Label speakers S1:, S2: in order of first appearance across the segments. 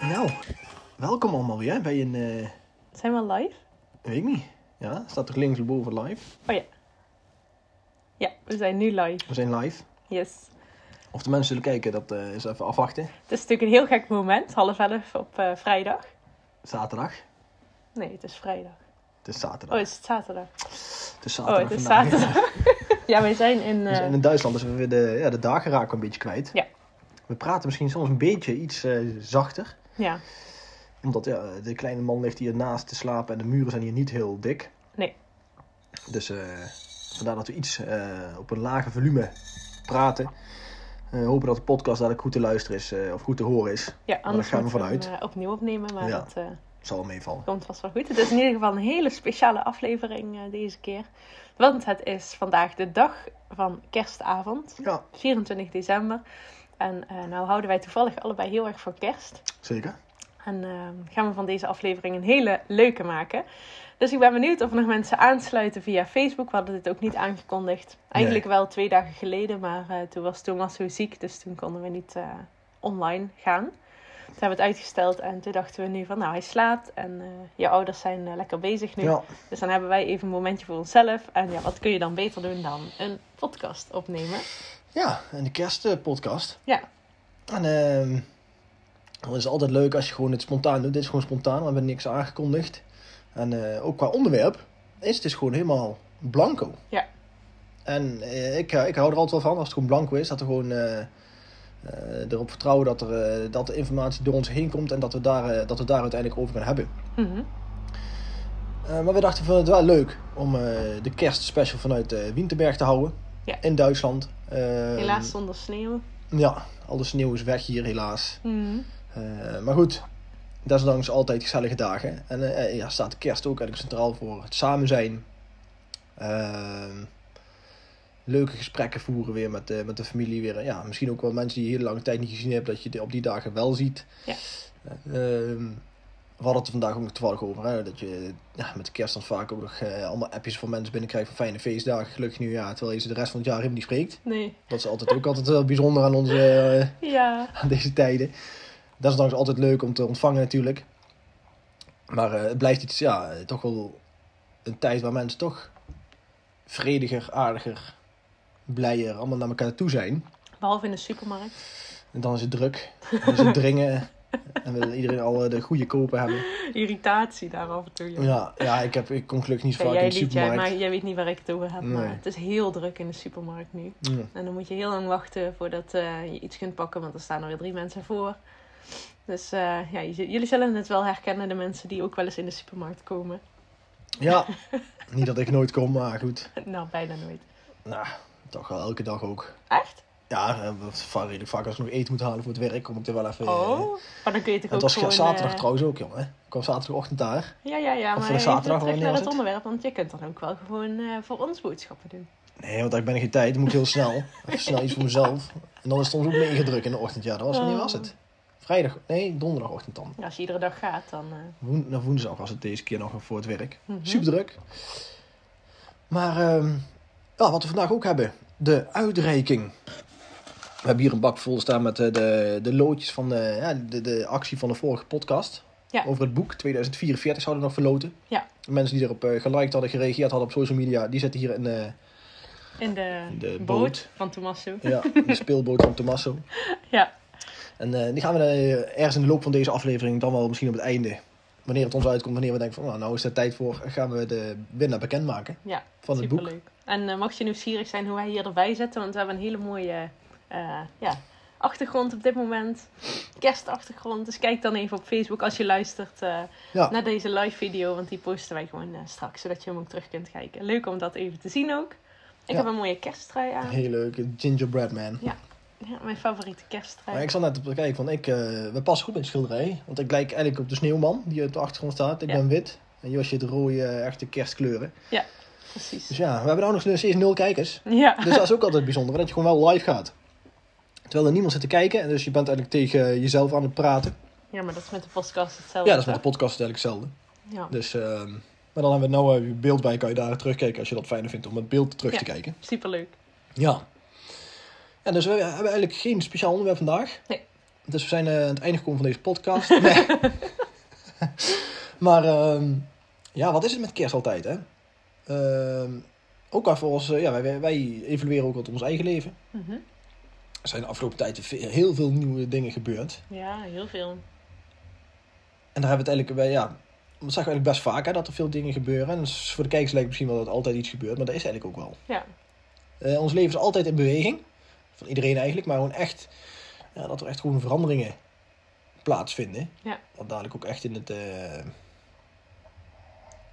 S1: Nou, welkom allemaal weer bij een, eh,
S2: Zijn we live?
S1: weet ik niet, ja, staat er linksboven live.
S2: Oh ja. Ja, we zijn nu live.
S1: We zijn live.
S2: Yes.
S1: Of de mensen zullen kijken, dat eh, is even afwachten.
S2: Het is natuurlijk een heel gek moment, half elf op eh, vrijdag.
S1: Zaterdag.
S2: Nee, het is vrijdag.
S1: Het is zaterdag.
S2: Oh, is het zaterdag?
S1: Het is
S2: Oh,
S1: zaterdag
S2: het is
S1: vandaag.
S2: zaterdag. ja, we zijn in...
S1: We
S2: eh,
S1: zijn in Duitsland, dus we weer de, ja, de dagen raken een beetje kwijt.
S2: Ja.
S1: We praten misschien soms een beetje iets eh, zachter.
S2: Ja,
S1: Omdat ja, de kleine man ligt hier naast te slapen en de muren zijn hier niet heel dik.
S2: Nee.
S1: Dus eh, vandaar dat we iets eh, op een lage volume praten. Eh, hopen dat de podcast dadelijk goed te luisteren is eh, of goed te horen is.
S2: ja anders
S1: gaan we
S2: moeten
S1: vanuit.
S2: hem, eh, opnieuw opnemen, maar
S1: Ja.
S2: dat eh,
S1: Zal wel meevallen.
S2: komt vast wel goed. Het is in ieder geval een hele speciale aflevering eh, deze keer. Want het is vandaag de dag van kerstavond,
S1: Ja,
S2: 24 december. En eh nou houden wij toevallig allebei heel erg voor kerst.
S1: zeker.
S2: En eh, gaan we van deze aflevering een hele leuke maken. Dus ik ben benieuwd of er nog mensen aansluiten via Facebook. We hadden dit ook niet aangekondigd. Eigenlijk wel twee dagen geleden, maar eh, toen was Thomas zo ziek. Dus toen konden we niet eh, online gaan. Toen hebben we het uitgesteld en toen dachten we nu van nou hij slaapt en eh, je ouders zijn eh, lekker bezig nu.
S1: Ja,
S2: Dus dan hebben wij even een momentje voor onszelf. En ja, wat kun je dan beter doen dan een podcast opnemen?
S1: ja en de kerstpodcast.
S2: Ja.
S1: En ehm het is altijd leuk als je gewoon het spontaan doet. Dit is gewoon spontaan, we hebben niks aangekondigd. En eh, ook qua onderwerp is het dus gewoon helemaal blanco.
S2: Ja.
S1: En eh, ik, eh, ik hou er altijd wel van als het gewoon blanco is. Dat we gewoon eh, eh, erop vertrouwen dat, er, eh, dat de informatie door ons heen komt. En dat we daar, eh, dat we daar uiteindelijk over gaan hebben.
S2: Mhm.
S1: Eh, maar we dachten, we vinden het wel leuk om eh, de kerstspecial vanuit eh Winterberg te houden.
S2: Ja.
S1: In Duitsland. Ehm,
S2: Helaas zonder sneeuw.
S1: Ja, al de sneeuw is weg hier helaas.
S2: Mhm.
S1: Eh, maar goed, desondanks altijd gezellige dagen. En eh, eh, ja, staat de kerst ook eigenlijk centraal voor het samen zijn. Ehm, leuke gesprekken voeren weer met, de met de familie. Weer, ja, misschien ook wel mensen die je heel lange tijd niet gezien hebt, dat je die op die dagen wel ziet.
S2: Ja.
S1: Ehm, we hadden het er vandaag ook nog toevallig over. Hè? Dat je ja, met de kerst dan vaak ook nog eh, allemaal appjes van mensen binnenkrijgt van fijne feestdagen, gelukkig nieuwjaar. Terwijl je ze de rest van het jaar helemaal niet spreekt.
S2: Nee.
S1: Dat is altijd ook altijd wel bijzonder aan onze... eh,
S2: Ja.
S1: aan deze tijden. Dat is dan altijd leuk om te ontvangen natuurlijk. Maar eh, het blijft iets, ja, eh, toch wel een tijd waar mensen toch vrediger, aardiger, blijer, allemaal naar elkaar toe zijn.
S2: Behalve in de supermarkt.
S1: En dan is het druk, dan is het dringen en wil iedereen al eh, de goede kopen hebben.
S2: Irritatie daar af en toe. joh.
S1: Ja, ja ik, heb, ik kom gelukkig niet zo
S2: Ja,
S1: vaak in
S2: jij,
S1: de
S2: liet- jij, maar
S1: supermarkt.
S2: jij weet niet waar ik het over heb, maar
S1: Nee.
S2: het is heel druk in de supermarkt nu.
S1: Ja.
S2: En dan moet je heel lang wachten voordat eh, je iets kunt pakken, want er staan er weer drie mensen voor. Dus eh, ja, j- jullie zullen het wel herkennen, de mensen die ook wel eens in de supermarkt komen.
S1: ja, niet dat ik nooit kom, maar goed.
S2: nou, bijna nooit.
S1: Nou, toch wel elke dag ook.
S2: Echt?
S1: Ja, eh, va- redelijk vaak als ik nog eten moet halen voor het werk, kom ik er wel even... eh,
S2: Oh, maar dan kun je toch ook
S1: Het was
S2: gewoon...
S1: zaterdag
S2: eh,
S1: trouwens ook, jongen. Ik kwam zaterdagochtend daar.
S2: Ja, ja, ja,
S1: Of
S2: maar
S1: voor de
S2: even
S1: zaterdag,
S2: terug
S1: wanneer
S2: naar
S1: was
S2: het
S1: het?
S2: onderwerp, want je kunt dan ook wel gewoon eh, voor ons boodschappen doen.
S1: Nee, want ik ben geen tijd. Dan moet ik heel snel. Even snel iets voor mezelf. En dan is het soms ook mega druk in de ochtend. Ja, dat was, wanneer was het? Vrijdag, nee, donderdagochtend dan.
S2: Ja, als je iedere dag gaat, dan... eh,
S1: Woen, nou, woensdag was het deze keer nog voor het werk.
S2: mhm.
S1: Super druk. Maar ehm, ja, wat we vandaag ook hebben, de uitreiking. We hebben hier een bak vol staan met eh, de, de loodjes van de, ja, de, de actie van de vorige podcast.
S2: Ja.
S1: Over het boek 2044 zouden we nog verloten.
S2: Ja.
S1: Mensen die erop eh, geliked hadden, gereageerd hadden op social media, die zetten hier een, eh,
S2: In de,
S1: De
S2: boot,
S1: boot.
S2: van Tommaso.
S1: ja, de speelboot van Tommaso.
S2: Ja,
S1: En eh, die gaan we eh, ergens in de loop van deze aflevering, dan wel misschien op het einde, wanneer het ons uitkomt, wanneer we denken van nou, nou is er tijd voor, gaan we de winnaar bekendmaken
S2: ja.
S1: van het boek.
S2: Superleuk. En eh, mocht je nieuwsgierig zijn hoe wij hier erbij zitten, want we hebben een hele mooie eh, ja, achtergrond op dit moment. Kerstachtergrond. Dus kijk dan even op Facebook als je luistert eh,
S1: Ja.
S2: naar deze live video, want die posten wij gewoon eh, straks, zodat je hem ook terug kunt kijken. Leuk om dat even te zien ook. Ik
S1: Ja.
S2: heb een mooie kersttrui aan.
S1: Heel leuk, een gingerbread man.
S2: Ja. Ja, mijn favoriete kerststrijd.
S1: Maar ik zat net op te kijken, want ik, eh, we passen goed bij de schilderij. Want ik lijk eigenlijk op de sneeuwman die op de achtergrond staat. Ik
S2: Ja.
S1: ben wit. En Josje de rode, eh, echte kerstkleuren. Dus
S2: Precies.
S1: ja, we hebben nou nog steeds nul kijkers.
S2: Ja.
S1: Dus dat is ook altijd bijzonder, dat je gewoon wel live gaat. Terwijl er niemand zit te kijken. En dus je bent eigenlijk tegen jezelf aan het praten.
S2: ja, maar dat is met de podcast hetzelfde.
S1: Ja, dat is met de podcast eigenlijk hetzelfde.
S2: toch? Ja.
S1: Dus, ehm, maar dan hebben we nou eh, je beeld bij, kan je daar terugkijken als je dat fijner vindt om het beeld terug te kijken.
S2: Superleuk.
S1: Ja. En dus we hebben eigenlijk geen speciaal onderwerp vandaag.
S2: Nee.
S1: Dus we zijn eh, aan het einde gekomen van deze podcast. Nee. maar ehm, ja, wat is het met kerst altijd, hè? Ehm, ook af ons, eh, ja, wij, wij evalueren ook wat ons eigen leven.
S2: Mhm.
S1: Er zijn de afgelopen tijd ve- heel veel nieuwe dingen gebeurd.
S2: Ja, heel veel.
S1: En daar hebben we het eigenlijk bij, ja, dat zagen we eigenlijk best vaak, hè, dat er veel dingen gebeuren. En dus voor de kijkers lijkt het misschien wel dat altijd iets gebeurt, maar dat is eigenlijk ook wel.
S2: Ja.
S1: Eh, ons leven is altijd in beweging. Van iedereen eigenlijk, maar gewoon echt. Ja, dat er echt gewoon veranderingen plaatsvinden.
S2: Ja.
S1: Dat dadelijk ook echt in het. eh,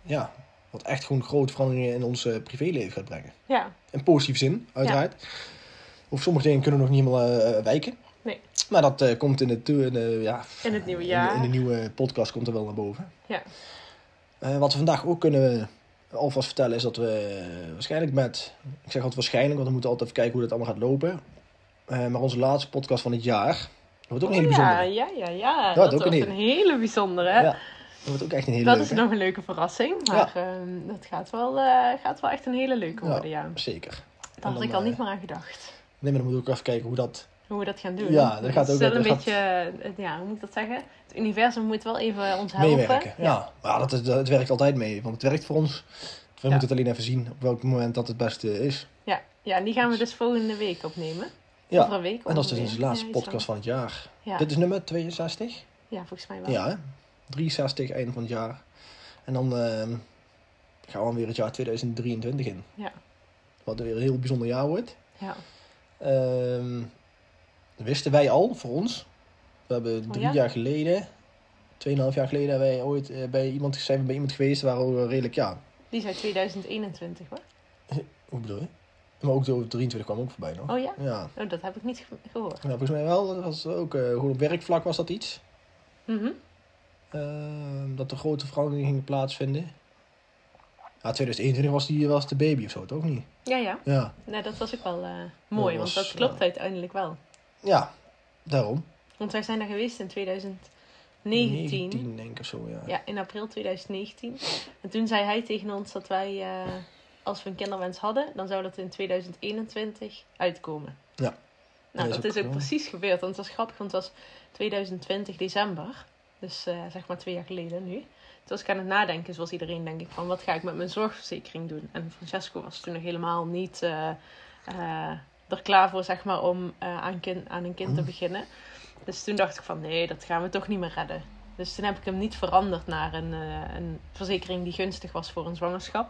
S1: ja, wat echt gewoon grote veranderingen in ons eh, privéleven gaat brengen.
S2: Ja.
S1: In positieve zin, uiteraard. Of sommige dingen kunnen nog niet helemaal eh, wijken.
S2: Nee.
S1: Maar dat eh, komt in het, toe- in, eh, ja,
S2: In het nieuwe
S1: in-
S2: jaar.
S1: In, de nieuwe podcast komt er wel naar boven.
S2: Ja.
S1: Eh, wat we vandaag ook kunnen alvast vertellen is dat we waarschijnlijk met... Ik zeg altijd waarschijnlijk, want we moeten altijd even kijken hoe dat allemaal gaat lopen. Eh, maar onze laatste podcast van het jaar... Dat wordt ook een hele
S2: Oh ja,
S1: bijzondere.
S2: ja, ja, ja.
S1: Dat
S2: Dat,
S1: ook
S2: wordt
S1: een
S2: een hele bijzondere. hè?
S1: Ja, dat wordt ook echt een hele
S2: dat
S1: leuke.
S2: is nog een leuke verrassing. Maar ehm, dat gaat wel, eh, gaat wel echt een hele leuke
S1: Ja.
S2: worden, ja.
S1: Zeker. En
S2: Daar had
S1: dan,
S2: ik al
S1: eh,
S2: niet meer aan gedacht.
S1: Nee, maar dan moeten we ook even kijken hoe dat...
S2: Hoe we dat gaan doen.
S1: Ja, dat gaat ook
S2: is wel
S1: wel-
S2: een
S1: dat
S2: beetje, eh, ja, hoe moet ik dat zeggen? Het universum moet wel even ons helpen.
S1: meewerken. Ja, maar dat, is, dat het werkt altijd mee, want het werkt voor ons. We
S2: Ja.
S1: moeten het alleen even zien op welk moment dat het beste is.
S2: Ja, ja, en die gaan we dus volgende week opnemen.
S1: Ja,
S2: Over een week.
S1: En dat is dus
S2: ongeveer.
S1: onze laatste
S2: Oh, Ja, iets
S1: podcast van het jaar.
S2: van- Ja.
S1: Dit is nummer 62?
S2: ja, volgens mij wel.
S1: Ja, hè? 63, einde van het jaar. En dan ehm, gaan we weer het jaar 2023 in.
S2: Ja.
S1: Wat weer een heel bijzonder jaar wordt.
S2: Ja.
S1: Ehm, dat wisten wij al, voor ons. We hebben drie
S2: Oh, ja?
S1: jaar geleden, tweeënhalf jaar geleden, hebben wij ooit eh, bij iemand, zijn we bij iemand geweest waar we redelijk, ja,
S2: Die is uit 2021 hoor.
S1: Hoe bedoel je? Maar ook de 23 kwam ook voorbij nog.
S2: Oh ja?
S1: Ja.
S2: Oh, dat heb ik niet ge- gehoord.
S1: Ja, volgens mij wel. Dat was ook, eh, gewoon op werkvlak was dat iets.
S2: Mhm.
S1: Ehm, dat er grote veranderingen gingen plaatsvinden. Ja, 2021 was, die, was de baby of zo, toch niet?
S2: Ja, ja.
S1: Ja.
S2: Nou, dat was ook wel eh, mooi,
S1: Dat was, eh,
S2: want dat klopt
S1: ja.
S2: uiteindelijk wel.
S1: Ja, daarom.
S2: Want wij zijn daar geweest in 2019.
S1: 19 denk ik of zo, ja.
S2: Ja, in april 2019. En toen zei hij tegen ons dat wij, eh, als we een kinderwens hadden, dan zou dat in 2021 uitkomen.
S1: Ja.
S2: Nou,
S1: Dat is
S2: dat
S1: ook
S2: is ook
S1: zo.
S2: precies gebeurd. Want het was grappig, want het was 2020 december. Dus eh, zeg maar twee jaar geleden nu. Toen was ik aan het nadenken, zoals iedereen, denk ik, van wat ga ik met mijn zorgverzekering doen? En Francesco was toen nog helemaal niet eh, eh, er klaar voor, zeg maar, om eh, aan, kin- aan een kind te
S1: Mm.
S2: beginnen. Dus toen dacht ik van, nee, dat gaan we toch niet meer redden. Dus toen heb ik hem niet veranderd naar een, eh, een verzekering die gunstig was voor een zwangerschap.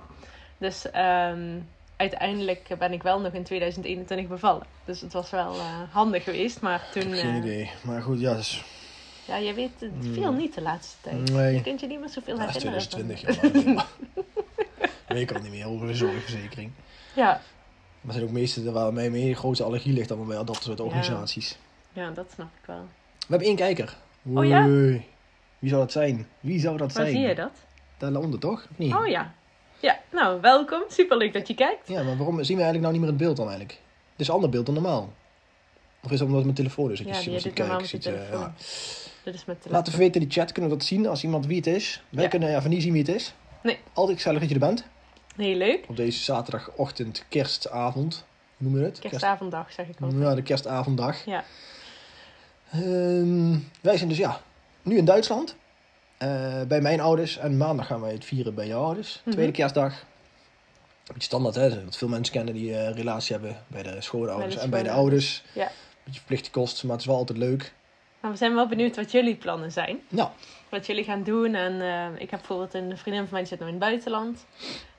S2: Dus ehm, uiteindelijk ben ik wel nog in 2021 bevallen. Dus het was wel eh, handig geweest, maar
S1: Ik
S2: toen...
S1: heb geen
S2: eh,
S1: idee. Maar goed, ja, dat is...
S2: ja, je weet het veel
S1: Mm.
S2: niet de laatste tijd. Je
S1: Nee.
S2: kunt je niet meer zoveel
S1: Ja, dat is
S2: herinneren. van-
S1: 2020, ja. maar- Weet ik al niet meer over de zorgverzekering.
S2: Ja,
S1: Maar er zijn ook meeste waar mij meer grote allergie ligt dan bij dat soort
S2: Ja.
S1: organisaties.
S2: ja, dat snap ik wel.
S1: We hebben één kijker.
S2: Oh ja?
S1: Oei. Wie zou dat zijn? Wie zou dat
S2: Waar
S1: zijn?
S2: zie je dat?
S1: Daaronder toch? Of niet?
S2: Oh ja. Ja, nou, welkom. Superleuk dat je kijkt.
S1: Ja, maar waarom zien we eigenlijk nou niet meer het beeld dan eigenlijk? Het is een ander beeld dan normaal. Of is dat omdat het mijn telefoon is? dat je
S2: Ja,
S1: ziet
S2: die
S1: wat
S2: heb
S1: je
S2: ik normaal
S1: kijkt,
S2: met je
S1: ziet, eh,
S2: telefoon.
S1: ja.
S2: Dit is met
S1: Laat
S2: telefoon.
S1: even weten in de chat, kunnen we dat zien als iemand wie het is? Wij
S2: Ja.
S1: kunnen ja, van niet zien wie het is.
S2: Nee.
S1: Altijd gezellig dat je er bent.
S2: Heel leuk.
S1: Op deze zaterdagochtend, kerstavond, hoe noemen we het?
S2: Kerstavonddag, zeg ik
S1: Kerst-
S2: ook.
S1: Ja, de kerstavonddag.
S2: Ja.
S1: Ehm, wij zijn dus ja, nu in Duitsland. eh, bij mijn ouders. En maandag gaan wij het vieren bij jouw ouders.
S2: Mhm.
S1: Tweede kerstdag. Beetje standaard hè. Wat veel mensen kennen die eh, een relatie hebben bij de schoonouders
S2: Bij de
S1: en bij de
S2: schoonouders.
S1: ouders.
S2: Ja.
S1: Beetje verplichte kost, maar het is wel altijd leuk.
S2: Maar we zijn wel benieuwd wat jullie plannen zijn.
S1: Nou,
S2: Wat jullie gaan doen. En eh, ik heb bijvoorbeeld een vriendin van mij die zit nu in het buitenland.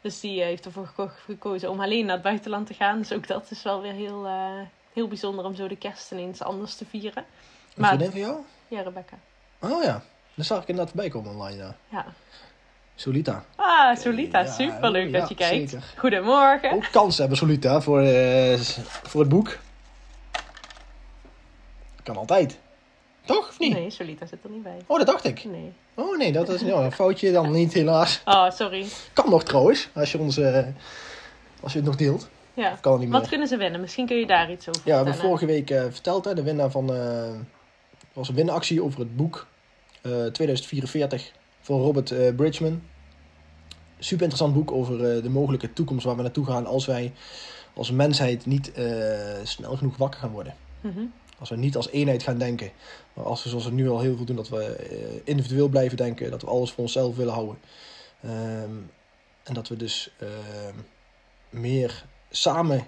S2: Dus die eh, heeft ervoor geko- gekozen om alleen naar het buitenland te gaan. Dus ook dat is wel weer heel, eh, heel bijzonder om zo de kerst ineens anders te vieren.
S1: een
S2: Maar-
S1: vriendin van jou?
S2: Ja, Rebecca.
S1: Oh ja, dat zag ik inderdaad voorbij komen online. Ja.
S2: Ja.
S1: Solita.
S2: Ah, Solita,
S1: Ja,
S2: superleuk
S1: ja,
S2: dat je kijkt.
S1: zeker.
S2: Goedemorgen.
S1: Ook kans hebben Solita voor, eh, voor het boek. Kan altijd. Toch? Of niet?
S2: Nee, Solita zit er niet bij.
S1: Oh, dat dacht ik.
S2: Nee.
S1: Oh nee, dat is nou, een foutje dan niet helaas.
S2: Oh, sorry.
S1: Kan nog trouwens, als je, ons, eh, als je het nog deelt.
S2: Ja.
S1: Of kan het niet meer.
S2: Wat kunnen ze winnen? Misschien kun je daar iets over
S1: Ja, we hebben
S2: vertellen.
S1: vorige week eh, verteld, hè, de winnaar van. eh was een winactie over het boek eh, 2044 van Robert eh, Bridgman. Super interessant boek over eh, de mogelijke toekomst waar we naartoe gaan als wij als mensheid niet eh, snel genoeg wakker gaan worden.
S2: Mhm.
S1: Als we niet als eenheid gaan denken, maar als we zoals we nu al heel veel doen, dat we eh, individueel blijven denken, dat we alles voor onszelf willen houden. Ehm, en dat we dus ehm, meer samen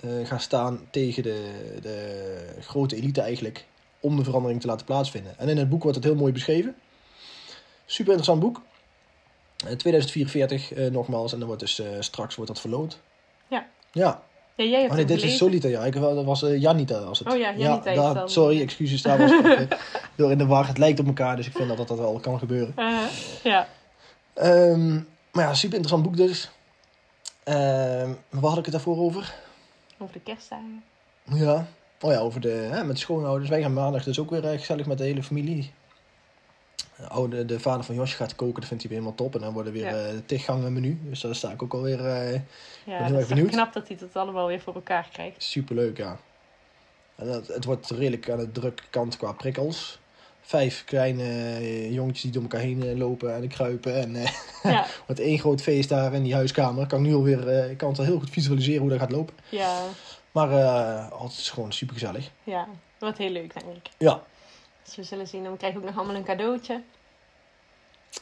S1: eh, gaan staan tegen de, de grote elite eigenlijk, om de verandering te laten plaatsvinden. En in het boek wordt het heel mooi beschreven. Super interessant boek. Eh, 2044 eh, nogmaals, en dan wordt dus eh, straks wordt dat verloot.
S2: Ja.
S1: Ja,
S2: Ja, jij hebt
S1: Oh nee,
S2: hem
S1: dit is
S2: gelezen.
S1: Solita, ja. Ik, dat was eh, Janita als het.
S2: Oh ja, Janita is
S1: daar-
S2: dan.
S1: Sorry, excuses, daar was ik eh, door in de war. Het lijkt op elkaar, dus ik vind dat dat, dat wel kan gebeuren.
S2: Eh, ja.
S1: Ehm, maar ja, super interessant boek dus. Ehm, waar had ik het daarvoor over?
S2: Over de kerstdagen.
S1: Ja, oh ja, over de, hè, met de schoonouders. Wij gaan maandag dus ook weer eh, gezellig met de hele familie. De Oude, de vader van Josje gaat koken, dat vindt hij weer helemaal top. En dan worden weer
S2: Ja.
S1: eh tig gangen menu. Dus daar sta ik ook alweer
S2: Ja,
S1: eh heel
S2: dat
S1: erg
S2: is toch
S1: benieuwd.
S2: knap dat hij dat allemaal weer voor elkaar krijgt.
S1: Superleuk, ja. En dat, het wordt redelijk aan de drukke kant qua prikkels. Vijf kleine eh, jongetjes die door elkaar heen eh, lopen en kruipen. En eh
S2: Ja,
S1: wordt één groot feest daar in die huiskamer. Kan ik nu alweer, eh, ik kan het al heel goed visualiseren hoe dat gaat lopen.
S2: ja,
S1: Maar eh, oh, het is gewoon super gezellig.
S2: ja. Wat heel leuk, denk ik.
S1: Ja,
S2: Dus we zullen zien. En we krijgen ook nog allemaal een cadeautje.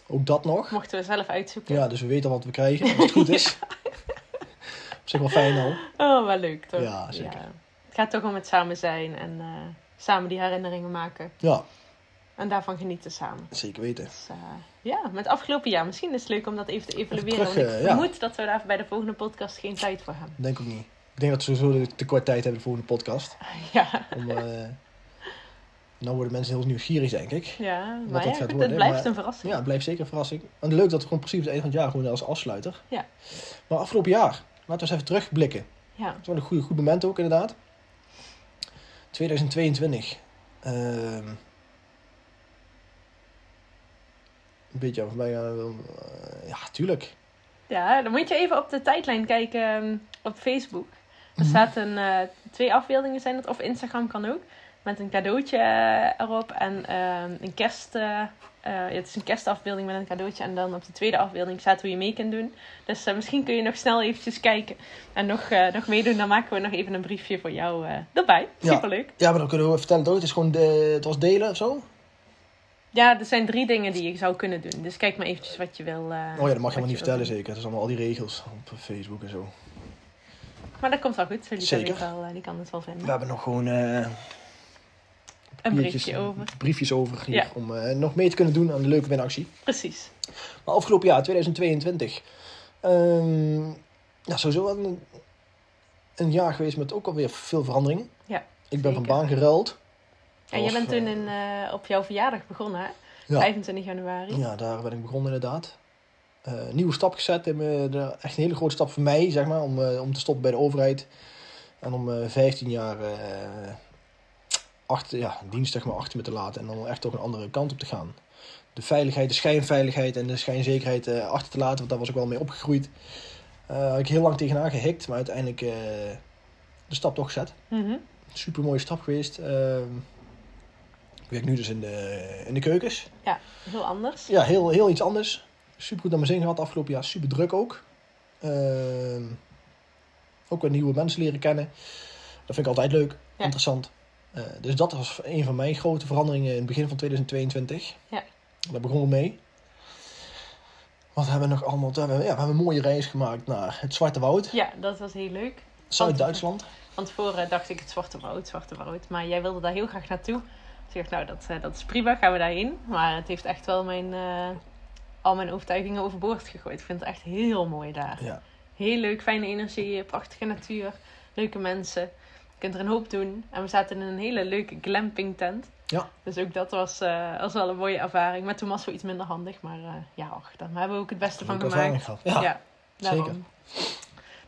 S1: ook dat nog.
S2: Mochten we zelf uitzoeken.
S1: Ja, dus we weten wat we krijgen als het goed is. Op zich wel fijn al.
S2: Oh, wel leuk toch?
S1: Ja, zeker.
S2: Het gaat toch om het samen zijn en eh, samen die herinneringen maken.
S1: Ja,
S2: En daarvan genieten samen.
S1: zeker weten.
S2: Dus, eh, ja, met afgelopen jaar. Misschien is het leuk om dat even te evalueren.
S1: terug,
S2: want ik
S1: eh, ja.
S2: vermoed dat we daar bij de volgende podcast geen tijd voor hebben.
S1: Denk ook niet. Ik denk dat we sowieso te kort tijd hebben voor de podcast.
S2: Ja,
S1: Om, eh, nou worden mensen heel nieuwsgierig, denk ik.
S2: ja maar
S1: dat
S2: ja,
S1: gaat
S2: goed, het
S1: worden,
S2: blijft
S1: maar-
S2: een verrassing.
S1: Ja, het blijft zeker een verrassing. En leuk dat we gewoon precies op het eind van het jaar gewoon als afsluiter.
S2: Ja.
S1: Maar afgelopen jaar, laten we eens even terugblikken.
S2: Ja.
S1: Dat is wel een goede, goed moment ook inderdaad. 2022. Ehm een beetje aan voorbij gaan. eh, Ja, tuurlijk.
S2: Ja, dan moet je even op de tijdlijn kijken ehm, op Facebook. Er
S1: Mhm.
S2: staat een, eh, twee afbeeldingen zijn dat, of Instagram kan ook. Met een cadeautje eh, erop en ehm, een kerst... eh, eh, het is een kerstafbeelding met een cadeautje. En dan op de tweede afbeelding staat hoe je mee kunt doen. Dus eh, misschien kun je nog snel eventjes kijken. En nog, eh, nog meedoen. Dan maken we nog even een briefje voor jou eh, erbij.
S1: Ja.
S2: Superleuk.
S1: Ja, maar dan kunnen we vertellen toch? Het, is gewoon de, het was delen of zo?
S2: Ja, er zijn drie dingen die je zou kunnen doen. Dus kijk maar eventjes wat je wil. eh,
S1: Oh ja, dat mag
S2: wat
S1: je helemaal niet
S2: wil
S1: vertellen
S2: doen.
S1: zeker. Het is allemaal al die regels op Facebook en zo.
S2: Maar dat komt wel goed. Jullie
S1: Zeker.
S2: Zeker. Wel, eh, die kan het wel vinden.
S1: We hebben nog gewoon...
S2: een
S1: eh, papiertjes-
S2: briefje over.
S1: eh, Briefjes over hier
S2: Ja.
S1: om eh, nog mee te kunnen doen aan de leuke winactie.
S2: Precies.
S1: Maar afgelopen jaar, 2022. ehm, ja, sowieso wel een, een jaar geweest met ook alweer veel veranderingen.
S2: Ja,
S1: Ik ben van
S2: zeker.
S1: baan geruild.
S2: En jij
S1: Of,
S2: bent toen
S1: eh,
S2: in, eh, op jouw verjaardag begonnen, hè?
S1: Ja,
S2: 25 januari.
S1: ja, daar ben ik begonnen inderdaad. Eh, nieuwe stap gezet. in mijn- de- Echt een hele grote stap voor mij, zeg maar, om, eh, om te stoppen bij de overheid. En om eh 15 jaar eh achter, ja, dienst zeg maar, achter me te laten. En dan echt toch een andere kant op te gaan. De veiligheid, de schijnveiligheid en de schijnzekerheid eh, achter te laten. Want daar was ik wel mee opgegroeid. Eh had ik heel lang tegenaan gehikt. Maar uiteindelijk eh, de stap toch gezet.
S2: Mhm.
S1: Super mooie stap geweest. Ehm, ik werk nu dus in de, in de keukens.
S2: Heel anders.
S1: Ja, heel, heel iets anders. Super goed naar mijn zin gehad afgelopen jaar. Super druk ook. Ehm, ook weer nieuwe mensen leren kennen. Dat vind ik altijd leuk,
S2: Ja.
S1: interessant. Eh, dus dat was een van mijn grote veranderingen in het begin van 2022.
S2: Ja.
S1: Daar begonnen we mee. Wat hebben we nog allemaal? We hebben, ja, we hebben een mooie reis gemaakt naar het Zwarte Woud,
S2: Ja, dat was heel leuk.
S1: Zuid-Duitsland.
S2: Van tevoren dacht ik het Zwarte Woud, Zwarte Woud. Maar jij wilde daar heel graag naartoe. Dus ik dacht, nou, dat, eh, dat is prima, gaan we daarheen. Maar het heeft echt wel mijn, eh, al mijn overtuigingen overboord gegooid. Ik vind het echt heel mooi daar.
S1: Ja.
S2: Heel leuk, fijne energie, prachtige natuur, leuke mensen. Je kunt er een hoop doen. En we zaten in een hele leuke glamping tent.
S1: Ja.
S2: Dus ook dat was, eh, was wel een mooie ervaring. Maar toen was wel iets minder handig. Maar eh, ja, och, daar hebben we ook het beste van
S1: Leuke ervaring
S2: gemaakt.
S1: gehad.
S2: Ja,
S1: Ja. ja,
S2: daarom.
S1: zeker.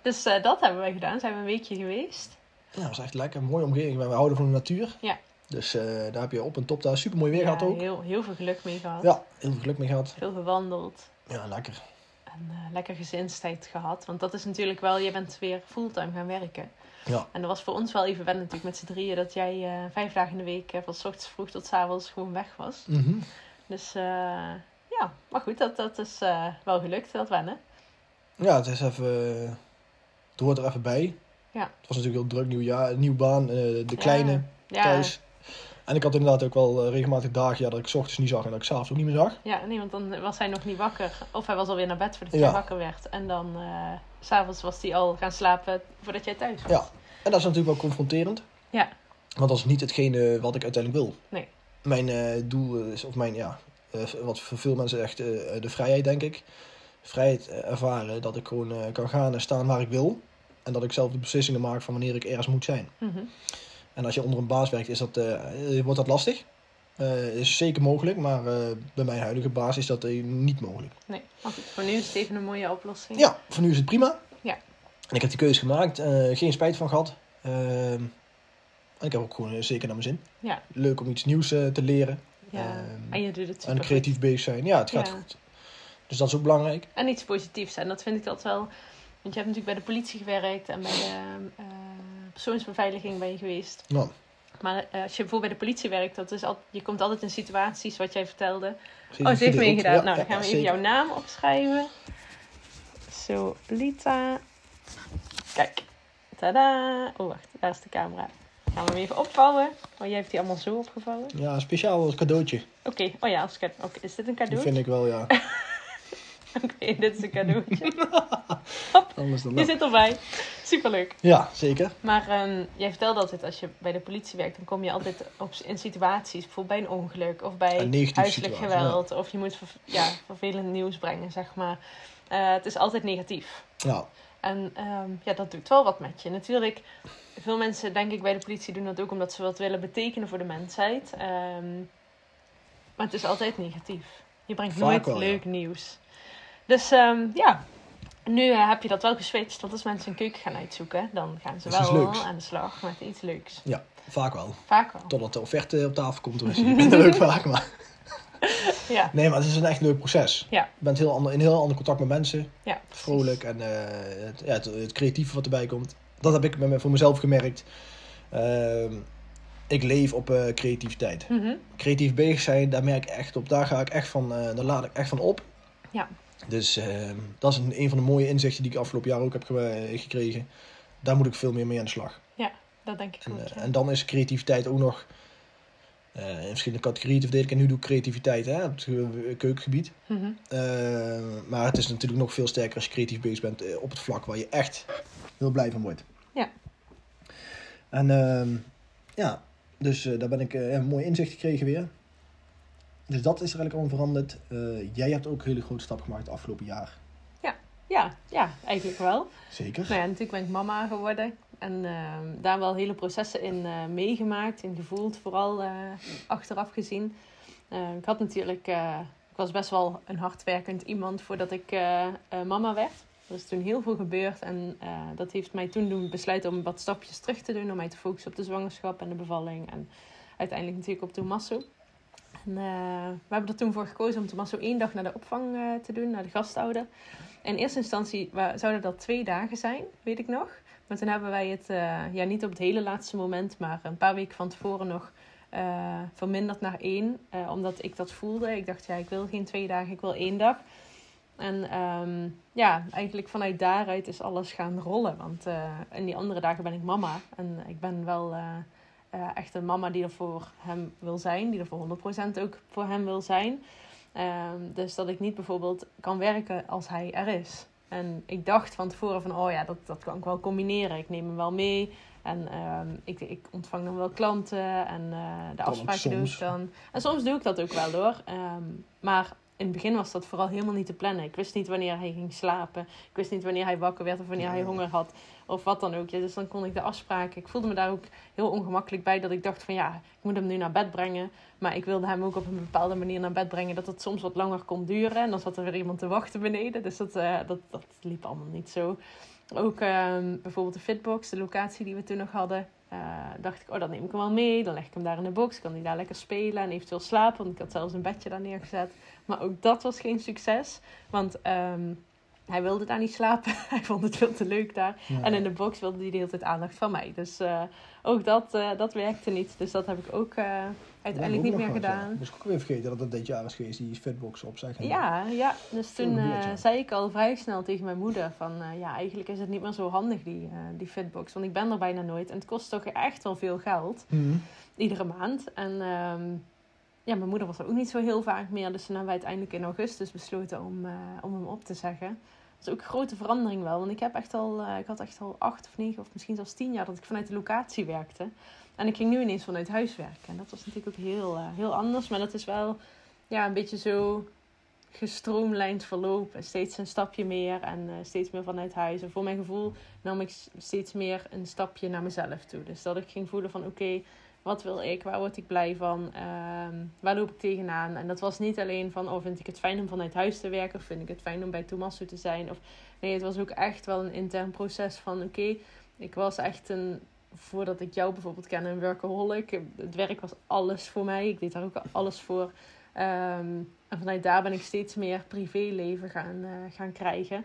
S2: Dus eh, dat hebben wij gedaan. Zijn we een weekje geweest.
S1: dat was echt lekker. Een mooie omgeving. We houden van de natuur.
S2: Ja.
S1: Dus eh, daar heb je op en top daar super mooi weer gehad
S2: Ja,
S1: ook.
S2: Heel, heel veel geluk mee gehad.
S1: Ja, heel veel geluk mee gehad.
S2: Veel gewandeld.
S1: Ja, lekker.
S2: En eh, lekker gezinstijd gehad. Want dat is natuurlijk wel, jij bent weer fulltime gaan werken.
S1: Ja.
S2: En dat was voor ons wel even wennen natuurlijk met z'n drieën. Dat jij eh, vijf dagen in de week eh, van s ochtends vroeg tot s avonds gewoon weg was.
S1: Mhm.
S2: Dus eh, ja, maar goed, dat, dat is eh, wel gelukt, dat wennen.
S1: Ja, het is even. eh, Het hoort er even bij.
S2: Ja.
S1: Het was natuurlijk heel druk, nieuw jaar, nieuw baan, eh, de kleine
S2: Ja,
S1: thuis. En ik had inderdaad ook wel eh, regelmatig dagen ja, dat ik 's ochtends niet zag en dat ik s'avonds ook niet meer zag.
S2: ja, nee, want dan was hij nog niet wakker. Of hij was alweer naar bed voordat
S1: Ja.
S2: hij wakker werd. En dan eh, s s'avonds was hij al gaan slapen voordat jij thuis was.
S1: Ja. En dat is natuurlijk wel confronterend.
S2: Ja.
S1: Want dat is niet hetgene wat ik uiteindelijk wil.
S2: Nee.
S1: Mijn eh, doel is, of mijn, ja, eh, wat voor veel mensen echt eh, de vrijheid, denk ik. Vrijheid eh, ervaren dat ik gewoon eh, kan gaan en staan waar ik wil. En dat ik zelf de beslissingen maak van wanneer ik ergens moet zijn.
S2: Mhm.
S1: En als je onder een baas werkt, is dat, eh, eh, wordt dat lastig. Eh, is zeker mogelijk, maar eh, bij mijn huidige baas is dat eh, niet mogelijk.
S2: Nee, maar goed, voor nu is het even een mooie oplossing.
S1: Ja, voor nu is het prima.
S2: Ja.
S1: En ik heb die keuze gemaakt, eh, geen spijt van gehad. Ehm, en ik heb ook gewoon eh, zeker naar mijn zin.
S2: Ja.
S1: Leuk om iets nieuws eh, te leren
S2: Ja,
S1: Ehm,
S2: en je doet het
S1: en
S2: super
S1: creatief bezig zijn. Ja, het gaat
S2: Ja.
S1: goed. Dus dat is ook belangrijk.
S2: En iets positiefs. En dat vind ik altijd wel. Want je hebt natuurlijk bij de politie gewerkt en bij de eh, persoonsbeveiliging ben je geweest.
S1: Nou,
S2: Maar eh, als je bijvoorbeeld bij de politie werkt, dat is al, je komt altijd in situaties wat jij vertelde.
S1: zeker
S2: Oh, ze heeft
S1: gedeeld.
S2: meegedaan.
S1: Ja,
S2: nou,
S1: ja,
S2: dan gaan we
S1: ja,
S2: even
S1: zeker.
S2: jouw naam opschrijven. Zo, Lita. Kijk. Tada. Oh, wacht. Daar is de camera. Gaan we hem even opvouwen. Oh, jij hebt die allemaal zo opgevouwen.
S1: Ja, speciaal als cadeautje.
S2: Oké. Oh ja, als cadeau. Oké, Is dit een cadeau?
S1: Dat vind ik wel, ja.
S2: Oké, dit is een
S1: Nou.
S2: cadeautje.
S1: Anders dan
S2: Je
S1: dat.
S2: zit erbij. Superleuk.
S1: Ja, zeker.
S2: Maar ehm, jij vertelde altijd, als je bij de politie werkt, dan kom je altijd op, in situaties, bijvoorbeeld bij een ongeluk of bij
S1: Een negatieve
S2: huiselijk
S1: situatie, ja.
S2: geweld. Of je moet ver- ja, vervelend nieuws brengen, zeg maar. Eh, het is altijd negatief.
S1: Ja,
S2: En ehm, ja, dat doet wel wat met je. Natuurlijk, veel mensen, denk ik, bij de politie doen dat ook omdat ze wat willen betekenen voor de mensheid. Ehm, maar het is altijd negatief. Je brengt
S1: Vaak
S2: nooit
S1: wel, ja.
S2: leuk nieuws. Dus ehm, ja, nu eh, heb je dat wel geswitcht. Want als mensen een keuken gaan uitzoeken, dan gaan ze
S1: Dat is iets
S2: wel
S1: leuks.
S2: aan de slag met iets leuks.
S1: vaak wel.
S2: Vaak wel.
S1: Totdat de offerte op tafel komt. Dan is het minder leuk vaak, maar...
S2: Ja,
S1: Nee, maar het is een echt leuk proces.
S2: Ja.
S1: Je bent heel ander, in heel ander contact met mensen.
S2: ja. precies.
S1: Vrolijk en eh, het, ja, het, het creatieve wat erbij komt. Dat heb ik met me- voor mezelf gemerkt. Ehm, ik leef op eh, creativiteit.
S2: Mhm.
S1: Creatief bezig zijn, daar merk ik echt op. Daar ga ik echt van, eh, daar laad ik echt van op.
S2: Ja.
S1: Dus ehm, dat is een, een van de mooie inzichten die ik afgelopen jaar ook heb ge- gekregen. Daar moet ik veel meer mee aan de slag.
S2: Dat denk ik
S1: En,
S2: ook.
S1: eh,
S2: ja.
S1: en dan is creativiteit ook nog eh, in verschillende categorieën te verdelen. En nu doe ik creativiteit hè, op het eh, keukengebied.
S2: Mhm.
S1: Eh, maar het is natuurlijk nog veel sterker als je creatief bezig bent eh, op het vlak waar je echt heel blij van wordt.
S2: Ja.
S1: En ehm, ja, dus eh, daar ben ik eh, een mooi inzicht gekregen weer. Dus dat is er eigenlijk al veranderd. Eh, jij hebt ook een hele grote stap gemaakt het afgelopen jaar.
S2: ja, ja, eigenlijk wel.
S1: Zeker.
S2: Nou ja, natuurlijk ben ik mama geworden. En ehm, daar wel hele processen in eh, meegemaakt. In gevoeld, vooral eh, achteraf gezien. Eh, ik had natuurlijk... eh, ik was best wel een hardwerkend iemand voordat ik eh, eh, mama werd. Er is toen heel veel gebeurd. En eh, dat heeft mij toen doen besluiten om wat stapjes terug te doen. Om mij te focussen op de zwangerschap en de bevalling. En uiteindelijk natuurlijk op Tommaso. En, eh, we hebben er toen voor gekozen om Tommaso één dag naar de opvang eh, te doen. Naar de gastouder. In eerste instantie wa- zouden dat twee dagen zijn, weet ik nog. Maar toen hebben wij het, eh, ja, niet op het hele laatste moment, maar een paar weken van tevoren nog eh, verminderd naar één. eh, omdat ik dat voelde. Ik dacht, ja, ik wil geen twee dagen, ik wil één dag. En ehm, ja, eigenlijk vanuit daaruit is alles gaan rollen. Want eh, in die andere dagen ben ik mama. En ik ben wel eh, eh, echt een mama die er voor hem wil zijn. Die er voor 100% ook voor hem wil zijn. Ehm, dus dat ik niet bijvoorbeeld kan werken als hij er is. En ik dacht van tevoren van, oh ja, dat, dat kan ik wel combineren. Ik neem hem wel mee. En ehm, ik, ik ontvang dan wel klanten. En eh, de
S1: ook
S2: afspraken doe
S1: soms.
S2: ik dan. En soms doe ik dat ook wel hoor. Ehm, maar in het begin was dat vooral helemaal niet te plannen. Ik wist niet wanneer hij ging slapen. Ik wist niet wanneer hij wakker werd of wanneer hij
S1: Ja.
S2: honger had. Of wat dan ook. Ja, dus dan kon ik de afspraken. Ik voelde me daar ook heel ongemakkelijk bij. Dat ik dacht van ja, ik moet hem nu naar bed brengen. Maar ik wilde hem ook op een bepaalde manier naar bed brengen. Dat het soms wat langer kon duren. En dan zat er weer iemand te wachten beneden. Dus dat, eh, dat, dat liep allemaal niet zo. Ook ehm, bijvoorbeeld de Fitbox, de locatie die we toen nog hadden. eh, dacht ik, oh, dan neem ik hem wel mee. Dan leg ik hem daar in de box. Kan hij daar lekker spelen en eventueel slapen. Want ik had zelfs een bedje daar neergezet. Maar ook dat was geen succes. Want ehm, hij wilde daar niet slapen. hij vond het veel te leuk daar.
S1: Ja.
S2: En in de box wilde hij de hele tijd aandacht van mij. Dus eh, ook dat, eh, dat werkte niet. Dus dat heb ik ook eh,
S1: Dat heb ik
S2: uiteindelijk
S1: ook
S2: niet
S1: nog
S2: meer
S1: gehad, ja.
S2: gedaan.
S1: Moest ik ook weer vergeten dat het dit jaar is geweest, die fitbox opzeggen.
S2: Ja, ja. dus toen
S1: gebeurd,
S2: eh,
S1: ja.
S2: zei ik al vrij snel tegen mijn moeder van... eh, ja, eigenlijk is het niet meer zo handig, die, eh, die fitbox. Want ik ben er bijna nooit. En het kost toch echt wel veel geld.
S1: Mhm.
S2: Iedere maand. En ehm, ja, mijn moeder was er ook niet zo heel vaak meer. Dus toen hebben wij uiteindelijk in augustus besloten om, eh, om hem op te zeggen. Dat is ook een grote verandering wel. Want ik, heb echt al, eh, ik had echt al acht of negen of misschien zelfs tien jaar... dat ik vanuit de locatie werkte. En ik ging nu ineens vanuit huis werken. En dat was natuurlijk ook heel, eh, heel anders. Maar dat is wel ja, een beetje zo gestroomlijnd verloop. Steeds een stapje meer en eh, steeds meer vanuit huis. En voor mijn gevoel nam ik s- steeds meer een stapje naar mezelf toe. Dus dat ik ging voelen van oké, wat wil ik? Waar word ik blij van? Ehm, waar loop ik tegenaan? En dat was niet alleen van oh, vind ik het fijn om vanuit huis te werken? Of vind ik het fijn om bij Tomasso te zijn? Of nee, het was ook echt wel een intern proces van oké, ik was echt een voordat ik jou bijvoorbeeld ken, een workaholic. Het werk was alles voor mij. Ik deed daar ook alles voor. Ehm, en vanuit daar ben ik steeds meer privéleven gaan, eh, gaan krijgen.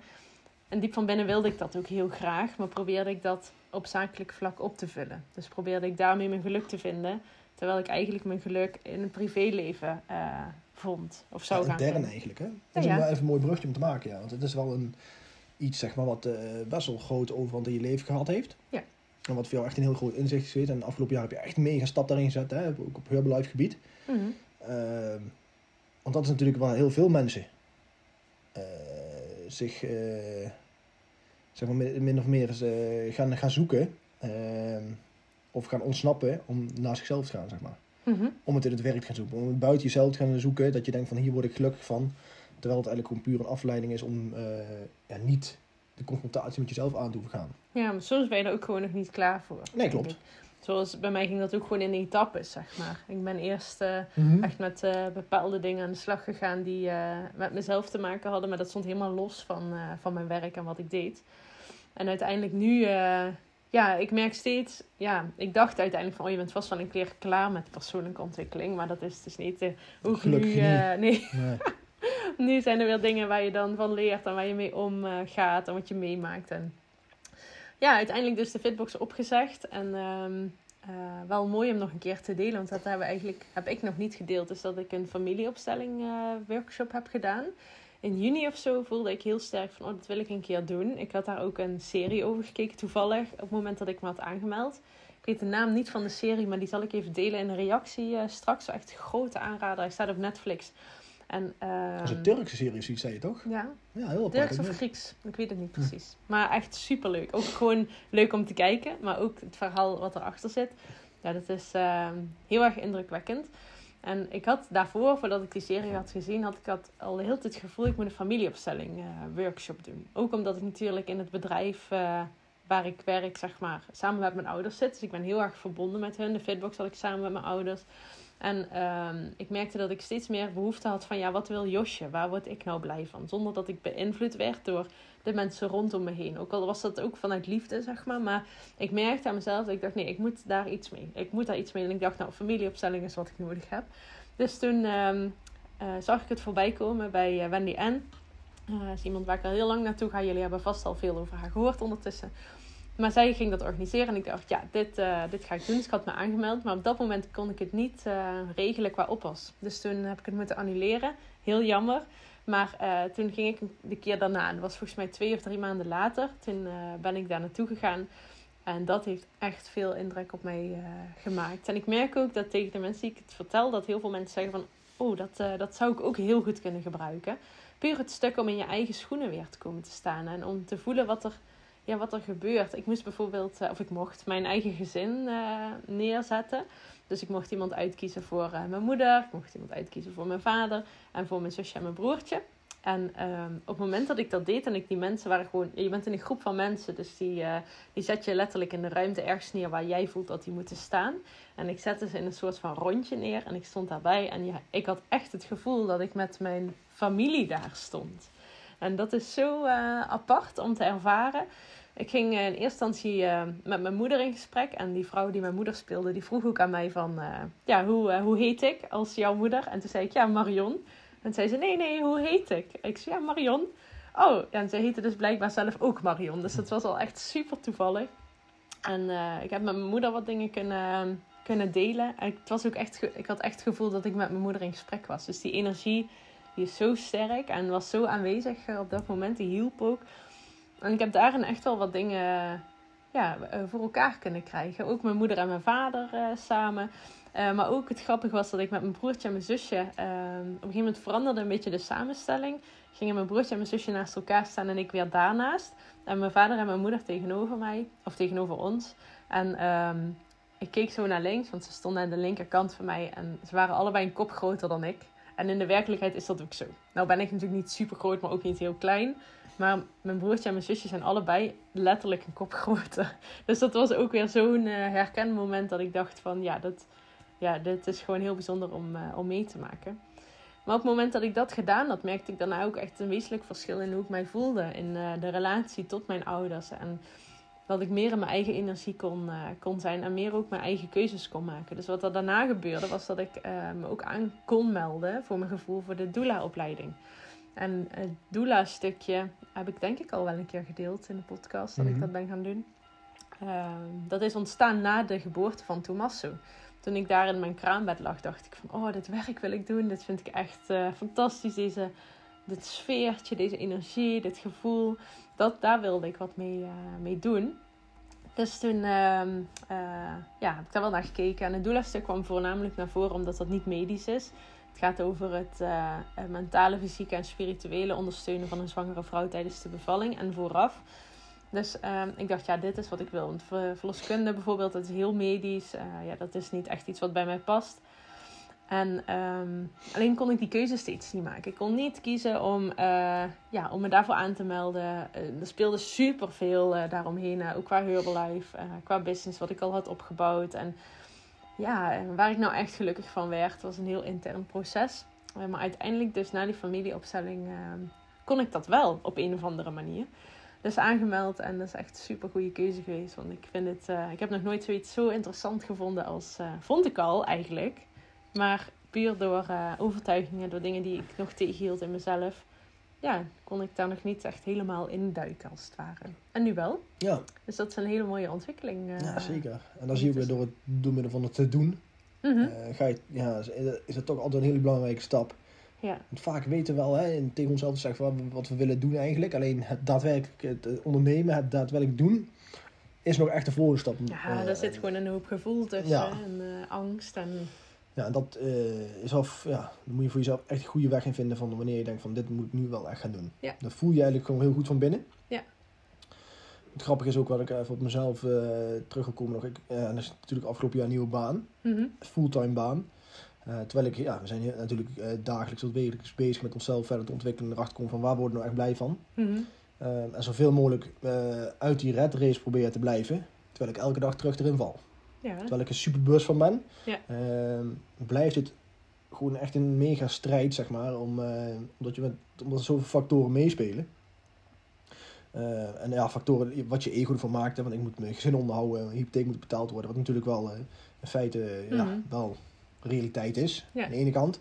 S2: En diep van binnen wilde ik dat ook heel graag, maar probeerde ik dat op zakelijk vlak op te vullen. Dus probeerde ik daarmee mijn geluk te vinden, terwijl ik eigenlijk mijn geluk in het privéleven eh, vond of zou
S1: ja,
S2: gaan
S1: intern
S2: vinden.
S1: eigenlijk, hè? Dat is
S2: Ja, ja.
S1: wel even een mooi brugje om te maken, ja. Want het is wel een, iets, zeg maar, wat eh, best wel groot overal in je leven gehad heeft.
S2: Ja.
S1: En wat voor jou echt een heel groot inzicht is geweest. En afgelopen jaar heb je echt mega stap daarin gezet, hè? Ook op Herbalife gebied.
S2: Mhm.
S1: Ehm, want dat is natuurlijk waar heel veel mensen eh, zich eh, zeg maar min, min of meer eh, gaan, gaan zoeken ehm, of gaan ontsnappen om naar zichzelf te gaan, zeg maar.
S2: Mhm.
S1: Om het in het werk te gaan zoeken, om het buiten jezelf te gaan zoeken, dat je denkt van hier word ik gelukkig van. Terwijl het eigenlijk gewoon puur een afleiding is om eh, ja, niet de confrontatie met jezelf aan te hoeven gaan.
S2: Ja, maar soms ben je er ook gewoon nog niet klaar voor.
S1: Nee, klopt.
S2: denk ik. Zoals bij mij ging dat ook gewoon in etappes, zeg maar. Ik ben eerst eh, echt met eh, bepaalde dingen aan de slag gegaan die eh, met mezelf te maken hadden. Maar dat stond helemaal los van, eh, van mijn werk en wat ik deed. En uiteindelijk nu, eh, ja, ik merk steeds, ja, ik dacht uiteindelijk van, oh, je bent vast wel een keer klaar met persoonlijke ontwikkeling. Maar dat is dus niet, eh, ook nu,
S1: Gelukkig
S2: eh, nee,
S1: Nee.
S2: nu zijn er weer dingen waar je dan van leert en waar je mee omgaat en wat je meemaakt. En ja, uiteindelijk dus de fitbox opgezegd. En ehm, eh, wel mooi om nog een keer te delen, want dat hebben we eigenlijk, heb ik nog niet gedeeld. Is dat ik een familieopstelling eh, workshop heb gedaan. In juni of zo voelde ik heel sterk van, oh, dat wil ik een keer doen. Ik had daar ook een serie over gekeken, toevallig, op het moment dat ik me had aangemeld. Ik weet de naam niet van de serie, maar die zal ik even delen in de reactie eh, straks. Echt grote aanrader, hij staat op Netflix. En,
S1: Dat is een
S2: ehm,
S1: Turkse serie, zoiets zei je toch?
S2: ja,
S1: Ja, heel apart.
S2: Turks
S1: hè? Dus-
S2: of Grieks, ik weet het niet precies. Maar echt superleuk. Ook gewoon leuk om te kijken, maar ook het verhaal wat erachter zit. Ja, dat is ehm, heel erg indrukwekkend. En ik had daarvoor, voordat ik die serie had gezien, had ik had al de hele tijd het gevoel... ik moet een familieopstelling eh, workshop doen. Ook omdat ik natuurlijk in het bedrijf eh, waar ik werk, zeg maar, samen met mijn ouders zit. Dus ik ben heel erg verbonden met hun. De fitbox had ik samen met mijn ouders. En ehm, ik merkte dat ik steeds meer behoefte had van ja, wat wil Josje? Waar word ik nou blij van? Zonder dat ik beïnvloed werd door de mensen rondom me heen. Ook al was dat ook vanuit liefde, zeg maar. Maar ik merkte aan mezelf dat ik dacht, nee, ik moet daar iets mee. Ik moet daar iets mee. En ik dacht, nou, familieopstelling is wat ik nodig heb. Dus toen ehm, eh, zag ik het voorbij komen bij eh, Wendy N. Eh, is iemand waar ik al heel lang naartoe ga. Jullie hebben vast al veel over haar gehoord ondertussen. Maar zij ging dat organiseren en ik dacht, ja, dit, eh, dit ga ik doen. Dus ik had me aangemeld, maar op dat moment kon ik het niet eh, regelen qua oppas. Dus toen heb ik het moeten annuleren. Heel jammer. Maar eh, toen ging ik de keer daarna, en dat was volgens mij twee of drie maanden later, toen eh, ben ik daar naartoe gegaan. En dat heeft echt veel indruk op mij eh, gemaakt. En ik merk ook dat tegen de mensen die ik het vertel, dat heel veel mensen zeggen van, oh, dat, eh, dat zou ik ook heel goed kunnen gebruiken. Puur het stuk om in je eigen schoenen weer te komen te staan en om te voelen wat er ja, wat er gebeurt. Ik moest bijvoorbeeld, eh, of ik mocht mijn eigen gezin eh, neerzetten. Dus ik mocht iemand uitkiezen voor eh, mijn moeder, ik mocht iemand uitkiezen voor mijn vader en voor mijn zusje en mijn broertje. En ehm, op het moment dat ik dat deed en ik die mensen waren gewoon, je bent in een groep van mensen, dus die, eh, die zet je letterlijk in de ruimte ergens neer waar jij voelt dat die moeten staan. En ik zette ze in een soort van rondje neer en ik stond daarbij en ja, ik had echt het gevoel dat ik met mijn familie daar stond. En dat is zo eh, apart om te ervaren. Ik ging eh, in eerste instantie eh, met mijn moeder in gesprek. En die vrouw die mijn moeder speelde, die vroeg ook aan mij van... eh, ja, hoe, eh, hoe heet ik als jouw moeder? En toen zei ik, ja, Marion. En zei ze, nee, nee, hoe heet ik? Ik zei, ja, Marion. Oh, ja, en zij heette dus blijkbaar zelf ook Marion. Dus dat was al echt super toevallig. En eh, ik heb met mijn moeder wat dingen kunnen, kunnen delen. En het was ook echt, ge- ik had echt het gevoel dat ik met mijn moeder in gesprek was. Dus die energie die is zo sterk en was zo aanwezig eh, op dat moment. Die hielp ook. En ik heb daarin echt wel wat dingen ja, eh, voor elkaar kunnen krijgen. Ook mijn moeder en mijn vader eh, samen. Eh, maar ook het grappige was dat ik met mijn broertje en mijn zusje... eh, op een gegeven moment veranderde een beetje de samenstelling. Gingen mijn broertje en mijn zusje naast elkaar staan en ik weer daarnaast. En mijn vader en mijn moeder tegenover mij, of tegenover ons. En ehm, ik keek zo naar links, want ze stonden aan de linkerkant van mij. En ze waren allebei een kop groter dan ik. En in de werkelijkheid is dat ook zo. Nou ben ik natuurlijk niet super groot, maar ook niet heel klein. Maar mijn broertje en mijn zusje zijn allebei letterlijk een kop groter. Dus dat was ook weer zo'n eh, herkenmoment dat ik dacht van... Ja, dat, ja dit is gewoon heel bijzonder om, eh, om mee te maken. Maar op het moment dat ik dat gedaan had, merkte ik daarna ook echt een wezenlijk verschil in hoe ik mij voelde. In eh, de relatie tot mijn ouders. En dat ik meer in mijn eigen energie kon, eh, kon zijn en meer ook mijn eigen keuzes kon maken. Dus wat er daarna gebeurde, was dat ik eh, me ook aan kon melden voor mijn gevoel voor de doula-opleiding. En het doula-stukje heb ik denk ik al wel een keer gedeeld in de podcast, dat
S1: Mhm.
S2: ik dat ben gaan doen. Eh, dat is ontstaan na de geboorte van Tommaso. Toen ik daar in mijn kraambed lag, dacht ik van... Oh, dit werk wil ik doen. Dit vind ik echt eh, fantastisch. Deze, dit sfeertje, deze energie, dit gevoel. Dat, daar wilde ik wat mee, eh, mee doen. Dus toen ehm, eh, ja, heb ik daar wel naar gekeken. En het doula-stuk kwam voornamelijk naar voren omdat dat niet medisch is. Het gaat over het eh, eh, mentale, fysieke en spirituele ondersteunen van een zwangere vrouw tijdens de bevalling en vooraf. Dus ehm, ik dacht, ja, dit is wat ik wil. Want ver- verloskunde bijvoorbeeld, dat is heel medisch. Eh, ja, dat is niet echt iets wat bij mij past. En ehm, alleen kon ik die keuze steeds niet maken. Ik kon niet kiezen om, eh, ja, om me daarvoor aan te melden. Eh, er speelde superveel eh daaromheen. eh, ook qua Herbalife, eh, qua business wat ik al had opgebouwd. En ja, eh, waar ik nou echt gelukkig van werd, was een heel intern proces. Eh, maar uiteindelijk dus na die familieopstelling ehm, kon ik dat wel op een of andere manier. Dus aangemeld en dat is echt een super goede keuze geweest. Want ik vind het, eh, ik heb nog nooit zoiets zo interessant gevonden als, eh, vond ik al eigenlijk. Maar puur door eh, overtuigingen, door dingen die ik nog tegenhield in mezelf, ja, kon ik daar nog niet echt helemaal in duiken als het ware. En nu wel.
S1: Ja,
S2: Dus dat is een hele mooie ontwikkeling. eh.
S1: ja zeker. En dan zie je ook weer door het door middel van het te doen,
S2: Mhm.
S1: eh, ga je, ja, is- is het toch altijd een hele belangrijke stap.
S2: Ja,
S1: Want vaak weten we wel hè, en tegen onszelf te zeggen wat, we- wat we willen doen eigenlijk. Alleen het daadwerkelijk het eh, ondernemen, het daadwerkelijk doen, is nog echt de volgende stap.
S2: ja
S1: Eh,
S2: daar zit gewoon een hoop gevoel tussen
S1: ja.
S2: en eh, angst en
S1: Ja, en dat eh, is af, ja, dan moet je voor jezelf echt een goede weg in vinden van wanneer je denkt van dit moet ik nu wel echt gaan doen.
S2: Ja.
S1: Dat voel je eigenlijk gewoon heel goed van binnen.
S2: Ja.
S1: Het grappige is ook wat ik even op mezelf eh terug wil komen nog. Ik, eh, en dat is natuurlijk afgelopen jaar een nieuwe baan,
S2: Mhm.
S1: fulltime baan. Eh, terwijl ik, ja, we zijn heel- natuurlijk eh, dagelijks tot wekelijks bezig met onszelf verder te ontwikkelen en erachter komen van waar worden we nou echt blij van.
S2: Mhm.
S1: Eh, en zoveel mogelijk eh, uit die red race proberen te blijven, terwijl ik elke dag terug erin val.
S2: ja.
S1: Terwijl ik er super bewust van ben,
S2: Ja.
S1: ehm, blijft het gewoon echt een mega strijd, zeg maar. Om, eh, omdat, je met, omdat er zoveel factoren meespelen. Eh, en ja, factoren wat je ego ervan maakt. Hè, want ik moet mijn gezin onderhouden, mijn hypotheek moet betaald worden. Wat natuurlijk wel eh, in feite eh, ja,
S2: Mhm.
S1: wel realiteit is,
S2: Ja.
S1: aan de ene kant.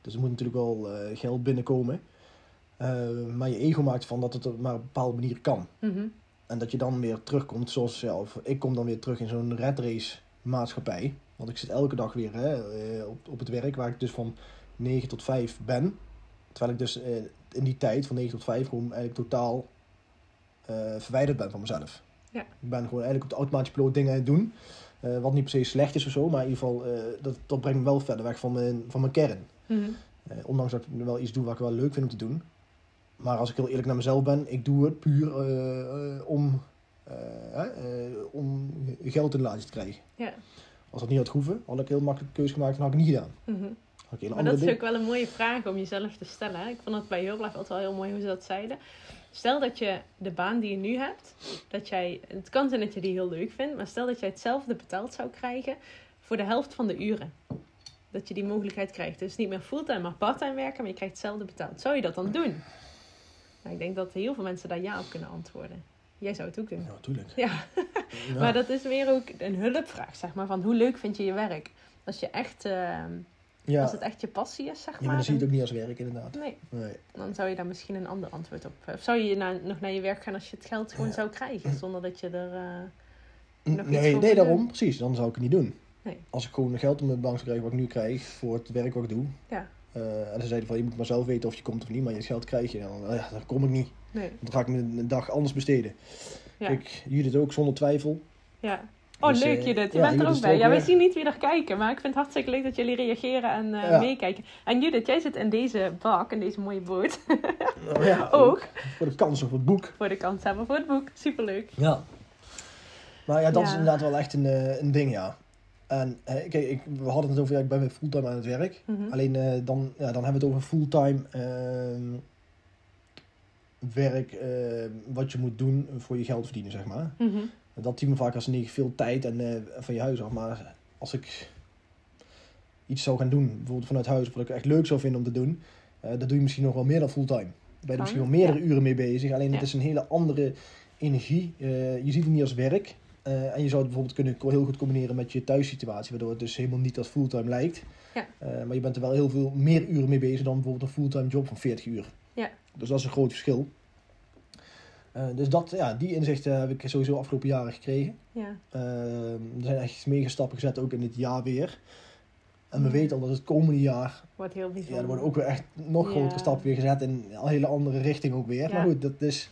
S1: Dus er moet natuurlijk wel eh, geld binnenkomen. Eh, maar je ego maakt van dat het op maar op een bepaalde manier kan.
S2: Mhm.
S1: En dat je dan weer terugkomt, zoals ja, of ik kom dan weer terug in zo'n red race maatschappij. Want ik zit elke dag weer hè, eh, op, op het werk, waar ik dus van 9 tot 5 ben. Terwijl ik dus eh, in die tijd van 9 tot 5 gewoon eigenlijk totaal eh, verwijderd ben van mezelf.
S2: Ja.
S1: Ik ben gewoon eigenlijk op de automatische piloot dingen aan het doen. eh, wat niet per se slecht is of zo, maar in ieder geval, eh, dat, dat brengt me wel verder weg van mijn, van mijn kern.
S2: Mhm.
S1: Eh, ondanks dat ik nu wel iets doe wat ik wel leuk vind om te doen. Maar als ik heel eerlijk naar mezelf ben, ik doe het puur eh, eh, om eh, eh, om geld in de laadje te krijgen.
S2: Ja.
S1: Als dat niet had hoeven, had ik heel makkelijk de keuze gemaakt en had ik het niet gedaan.
S2: Mhm.
S1: Had ik hele
S2: Maar
S1: andere
S2: dat is ook
S1: dingen.
S2: wel een mooie vraag om jezelf te stellen. hè. Ik vond het bij Herbalife altijd wel heel mooi hoe ze dat zeiden. Stel dat je de baan die je nu hebt, dat jij, het kan zijn dat je die heel leuk vindt, maar stel dat jij hetzelfde betaald zou krijgen voor de helft van de uren. Dat je die mogelijkheid krijgt. Dus niet meer fulltime, maar parttime werken, maar je krijgt hetzelfde betaald. Zou je dat dan doen? Nou, ik denk dat heel veel mensen daar ja op kunnen antwoorden. Jij zou het ook doen.
S1: Ja, natuurlijk.
S2: Ja.
S1: Ja.
S2: Maar dat is meer ook een hulpvraag, zeg maar. Van hoe leuk vind je je werk? Als, je echt, eh,
S1: ja.
S2: als het echt je passie is, zeg
S1: ja, maar dan zie je
S2: dan-
S1: het ook niet als werk, inderdaad.
S2: Nee,
S1: Nee.
S2: dan zou je daar misschien een ander antwoord op... Of zou je na- nog naar je werk gaan als je het geld gewoon
S1: Ja.
S2: zou krijgen? Zonder dat je er... eh, Nog iets
S1: Nee,
S2: voor
S1: nee
S2: te
S1: daarom.
S2: doen?
S1: Precies, dan zou ik het niet doen.
S2: Nee.
S1: Als ik gewoon geld op mijn bank zou krijgen wat ik nu krijg voor het werk wat ik doe.
S2: Ja.
S1: Eh, en ze zeiden van, je moet maar zelf weten of je komt of niet, maar je geld krijg je. Dan, eh, dan kom ik niet.
S2: nee.
S1: Dan ga ik mijn een dag anders besteden.
S2: Ja.
S1: Kijk, Judith ook zonder twijfel.
S2: Ja. Oh,
S1: Dus,
S2: leuk
S1: eh,
S2: je dit. Je bent
S1: ja,
S2: er
S1: Judith
S2: ook
S1: is
S2: bij.
S1: ook
S2: Ja, wij
S1: weer.
S2: zien niet wie er kijken, maar ik vind het hartstikke leuk dat jullie reageren en eh,
S1: Ja.
S2: meekijken. En Judith, jij zit in deze bak, in deze mooie boot,
S1: Nou ja,
S2: ook
S1: Voor de kans op het boek.
S2: voor de kans hebben voor het boek. Superleuk.
S1: Ja. Maar ja, dat is
S2: Ja.
S1: inderdaad wel echt een, eh, een ding, ja. En eh, kijk, ik, we hadden het over, ja, ik ben weer fulltime aan het werk.
S2: Mhm.
S1: Alleen eh, dan, ja, dan hebben we het over fulltime ehm, werk, eh, wat je moet doen voor je geld verdienen, zeg maar.
S2: Mhm.
S1: Dat team vaak als niet veel tijd en eh, van je huis af. Maar als ik iets zou gaan doen, bijvoorbeeld vanuit huis, wat ik echt leuk zou vinden om te doen, eh, dat doe je misschien nog wel meer dan fulltime. Ben je er
S2: Kan,
S1: misschien wel meerdere
S2: ja.
S1: uren mee bezig. Alleen
S2: Ja.
S1: het is een hele andere energie. Eh, je ziet het niet als werk. Eh, en je zou het bijvoorbeeld kunnen co- heel goed combineren met je thuissituatie, waardoor het dus helemaal niet als fulltime lijkt.
S2: Ja.
S1: Eh, maar je bent er wel heel veel meer uren mee bezig dan bijvoorbeeld een fulltime job van 40 uur.
S2: Ja.
S1: Dus dat is een groot verschil. Eh, dus dat, ja, die inzichten heb ik sowieso afgelopen jaren gekregen.
S2: Ja.
S1: Ehm, er zijn echt mega stappen gezet, ook in dit jaar weer. En we
S2: Ja.
S1: weten al dat het komende jaar,
S2: Wordt heel bijzonder.
S1: ja, er worden ook weer echt nog
S2: Ja.
S1: grotere stappen weer gezet in een hele andere richting ook weer.
S2: Ja.
S1: Maar goed, dat is,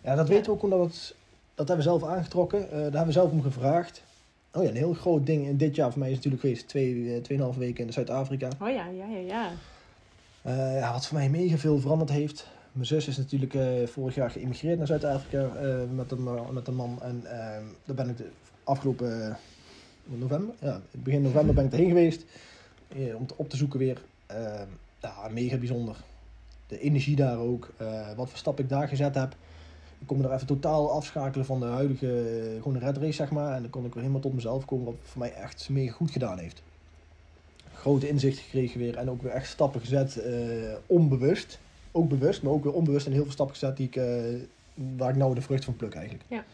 S1: ja, dat
S2: Ja.
S1: weten we ook omdat het, dat hebben we zelf aangetrokken. Eh, daar hebben we zelf om gevraagd. Oh ja, een heel groot ding in dit jaar voor mij is natuurlijk geweest twee, eh, tweeënhalve weken in Zuid-Afrika.
S2: Oh ja, ja, ja, ja.
S1: Eh, ja, wat voor mij mega veel veranderd heeft. Mijn zus is natuurlijk eh, vorig jaar geïmmigreerd naar Zuid-Afrika eh, met, een, ma- met een man. En ehm, daar ben ik de afgelopen eh, november, ja, begin november ben ik erheen geweest. eh, om te- op te zoeken weer. Ehm, ja, mega bijzonder. De energie daar ook. eh, wat voor stap ik daar gezet heb. Ik kon me daar even totaal afschakelen van de huidige eh, gewoon de red race, zeg maar. En dan kon ik weer helemaal tot mezelf komen, wat voor mij echt mega goed gedaan heeft grote inzichten gekregen weer. En ook weer echt stappen gezet, eh, onbewust. Ook bewust, maar ook weer onbewust. En heel veel stappen gezet die ik, eh, waar ik nou de vrucht van pluk eigenlijk.
S2: Ja.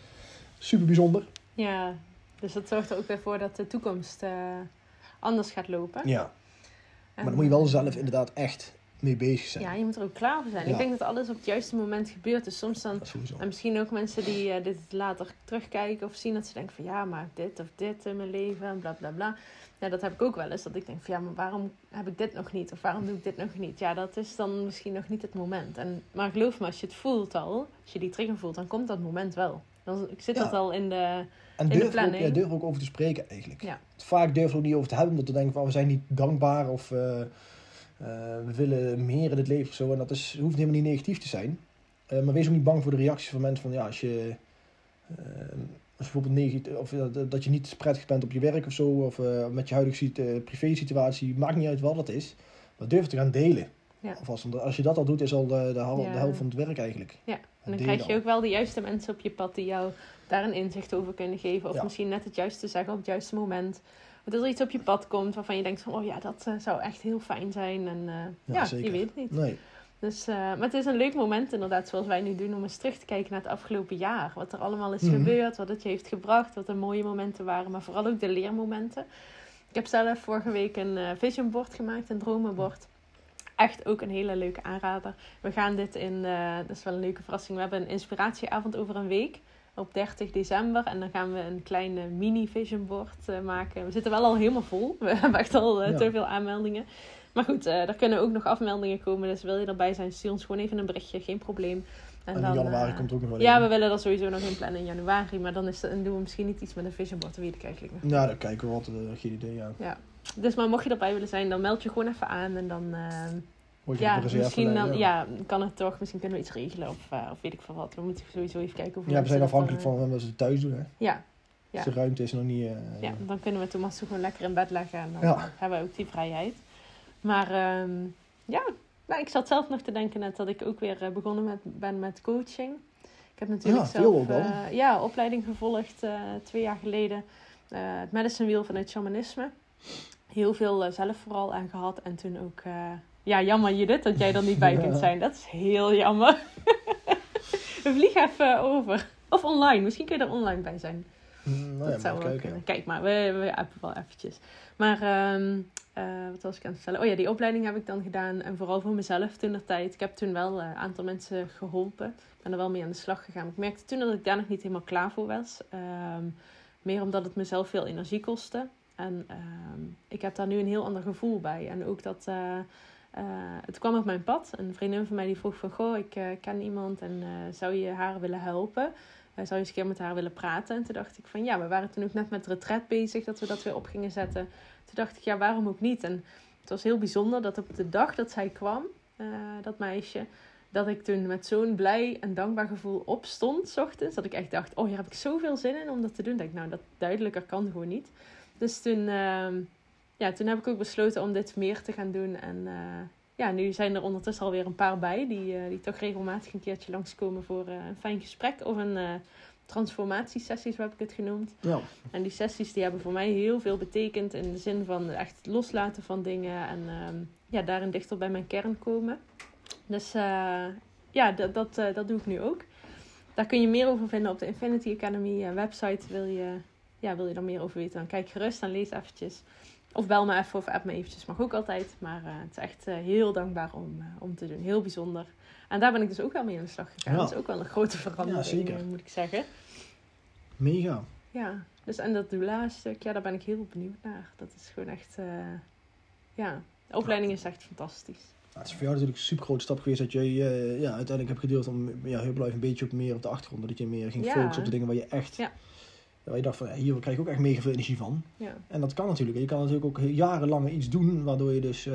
S1: Super bijzonder.
S2: Ja. Dus dat zorgt er ook weer voor dat de toekomst eh, anders gaat lopen.
S1: Ja. Maar dan moet je wel zelf inderdaad echt mee bezig zijn.
S2: Ja, je moet er ook klaar voor zijn. Ik
S1: Ja.
S2: denk dat alles op het juiste moment gebeurt. Dus soms dan
S1: Dat is sowieso.
S2: En misschien ook mensen die eh, dit later terugkijken of zien dat ze denken van ja, maar dit of dit in mijn leven en bla bla bla. Ja, dat heb ik ook wel eens. Dat ik denk van ja, maar waarom heb ik dit nog niet? Of waarom doe ik dit nog niet? Ja, dat is dan misschien nog niet het moment. En, maar geloof me, als je het voelt al, als je die trigger voelt, dan komt dat moment wel. Dan zit
S1: Ja.
S2: dat al in de...
S1: En
S2: de
S1: durf er ook,
S2: planning.
S1: ja, durf er ook over te spreken eigenlijk.
S2: Ja.
S1: Vaak durf je er ook niet over te hebben. Omdat we denken van we zijn niet dankbaar. Of eh, eh, we willen meer in het leven of zo. En dat is, hoeft helemaal niet negatief te zijn. Eh, maar wees ook niet bang voor de reacties van mensen. Van, ja, als je... eh, als je bijvoorbeeld negatief, of ja, dat- dat je niet prettig bent op je werk of zo, of eh, met je huidige sit- eh, privé-situatie, maakt niet uit wat het is, maar durf het te gaan delen.
S2: Ja.
S1: Alvast, want als je dat al doet, is al de, de, hal-
S2: Ja.
S1: de helft van het werk eigenlijk.
S2: Ja, En dan
S1: Deel
S2: krijg je
S1: dan.
S2: ook wel de juiste mensen op je pad die jou daar een inzicht over kunnen geven. Of
S1: Ja.
S2: misschien net het juiste zeggen op het juiste moment. Of dat er iets op je pad komt waarvan je denkt van oh ja, dat eh, zou echt heel fijn zijn. En eh,
S1: Ja,
S2: ja, je
S1: zeker.
S2: weet het niet.
S1: Nee,
S2: Dus, eh, maar het is een leuk moment inderdaad, zoals wij nu doen, om eens terug te kijken naar het afgelopen jaar. Wat er allemaal is
S1: Mhm.
S2: gebeurd, wat het je heeft gebracht, wat de mooie momenten waren, maar vooral ook de leermomenten. Ik heb zelf vorige week een eh, vision board gemaakt, een dromenbord. Echt ook een hele leuke aanrader. We gaan dit in, eh, dat is wel een leuke verrassing, we hebben een inspiratieavond over een week. Op 30 december. En dan gaan we een kleine mini vision board eh, maken. We zitten wel al helemaal vol. We hebben echt al eh,
S1: Ja.
S2: te veel aanmeldingen. Maar goed, eh er kunnen ook nog afmeldingen komen. Dus wil je erbij zijn, stuur ons gewoon even een berichtje. Geen probleem.
S1: en, in januari
S2: eh,
S1: komt er ook nog wel
S2: Ja,
S1: een.
S2: we willen dat sowieso nog in plannen in januari. Maar dan is, en doen we misschien niet iets met een vision board. Dat weet ik eigenlijk nog.
S1: Nou, dan kijken we wat, eh geen idee, ja.
S2: Dus maar mocht je erbij willen zijn, dan meld je gewoon even aan. En dan, eh,
S1: Word je
S2: ja,
S1: op een reserve
S2: misschien
S1: lijst,
S2: dan, ja, kan het toch. Misschien kunnen we iets regelen of, eh, of weet ik veel wat. We moeten sowieso even kijken hoe
S1: Ja, we zijn afhankelijk van wat ze thuis doen. Hè.
S2: Ja, Ja.
S1: Dus de ruimte is nog niet. eh,
S2: ja, dan kunnen we Thomas gewoon lekker in bed leggen. En dan
S1: Ja.
S2: hebben we ook die vrijheid. Maar ehm, ja, nou, ik zat zelf nog te denken net dat ik ook weer eh, begonnen met, ben met coaching. Ik heb natuurlijk
S1: Ja,
S2: zelf
S1: veel ook al.
S2: eh, ja, opleiding gevolgd eh, twee jaar geleden. eh, het medicine wheel vanuit shamanisme. Heel veel eh, zelf vooral aan gehad. En toen ook... eh, ja, jammer Judith dat jij er niet bij
S1: Ja.
S2: kunt zijn. Dat is heel jammer. We vliegen even over. Of online. Misschien kun je er online bij zijn.
S1: Mm, Nou ja,
S2: dat zou
S1: maar
S2: wel
S1: kijken.
S2: kunnen. Kijk maar, we, we appen wel eventjes. Maar ehm, eh, wat was ik aan het vertellen? Oh ja, die opleiding heb ik dan gedaan. En vooral voor mezelf toen de tijd. Ik heb toen wel eh, een aantal mensen geholpen. Ik ben er wel mee aan de slag gegaan. Maar ik merkte toen dat ik daar nog niet helemaal klaar voor was. Ehm, meer omdat het mezelf veel energie kostte. En ehm, ik heb daar nu een heel ander gevoel bij. En ook dat... eh, eh, het kwam op mijn pad. Een vriendin van mij die vroeg van... Goh, ik eh, ken iemand en eh, zou je haar willen helpen? Eh, zou je eens een keer met haar willen praten? En toen dacht ik van... Ja, we waren toen ook net met retret bezig. Dat we dat weer op gingen zetten. Toen dacht ik, ja, waarom ook niet? En het was heel bijzonder dat op de dag dat zij kwam... eh, dat meisje... Dat ik toen met zo'n blij en dankbaar gevoel opstond, 's ochtends. Dat ik echt dacht, oh, hier heb ik zoveel zin in om dat te doen. Dat ik, nou, dat duidelijker kan gewoon niet. Dus toen... ehm, ja, toen heb ik ook besloten om dit meer te gaan doen. En eh, ja, nu zijn er ondertussen alweer een paar bij die, eh, die toch regelmatig een keertje langskomen voor eh, een fijn gesprek of een eh transformatiesessie, zo heb ik het genoemd.
S1: Ja.
S2: En die sessies die hebben voor mij heel veel betekend in de zin van echt het loslaten van dingen en ehm, ja, daarin dichter bij mijn kern komen. Dus eh, ja, dat, dat, eh, dat doe ik nu ook. Daar kun je meer over vinden op de Infinity Academy eh, website. Wil je, ja, wil je daar meer over weten, dan kijk gerust en lees eventjes. Of bel me even of app me eventjes, mag ook altijd. Maar eh, het is echt eh, heel dankbaar om, eh, om te doen. Heel bijzonder. En daar ben ik dus ook wel mee aan de slag gegaan.
S1: Ja.
S2: Dat is ook wel een grote verandering,
S1: Ja, zeker.
S2: eh, moet ik zeggen.
S1: Mega.
S2: Ja, dus en dat doula-stuk, ja, daar ben ik heel benieuwd naar. Dat is gewoon echt, eh, ja, de opleiding is echt fantastisch.
S1: Nou, het is voor jou natuurlijk een super grote stap geweest dat je eh, ja, uiteindelijk hebt gedeeld om ja, heel blijf een beetje op meer op de achtergrond. Dat je meer ging
S2: Ja.
S1: focussen op de dingen waar je echt.
S2: Ja.
S1: Waar je dacht van ja, hier krijg ik ook echt mega veel energie van.
S2: Ja,
S1: En dat kan natuurlijk. Je kan natuurlijk ook jarenlang iets doen waardoor je dus eh,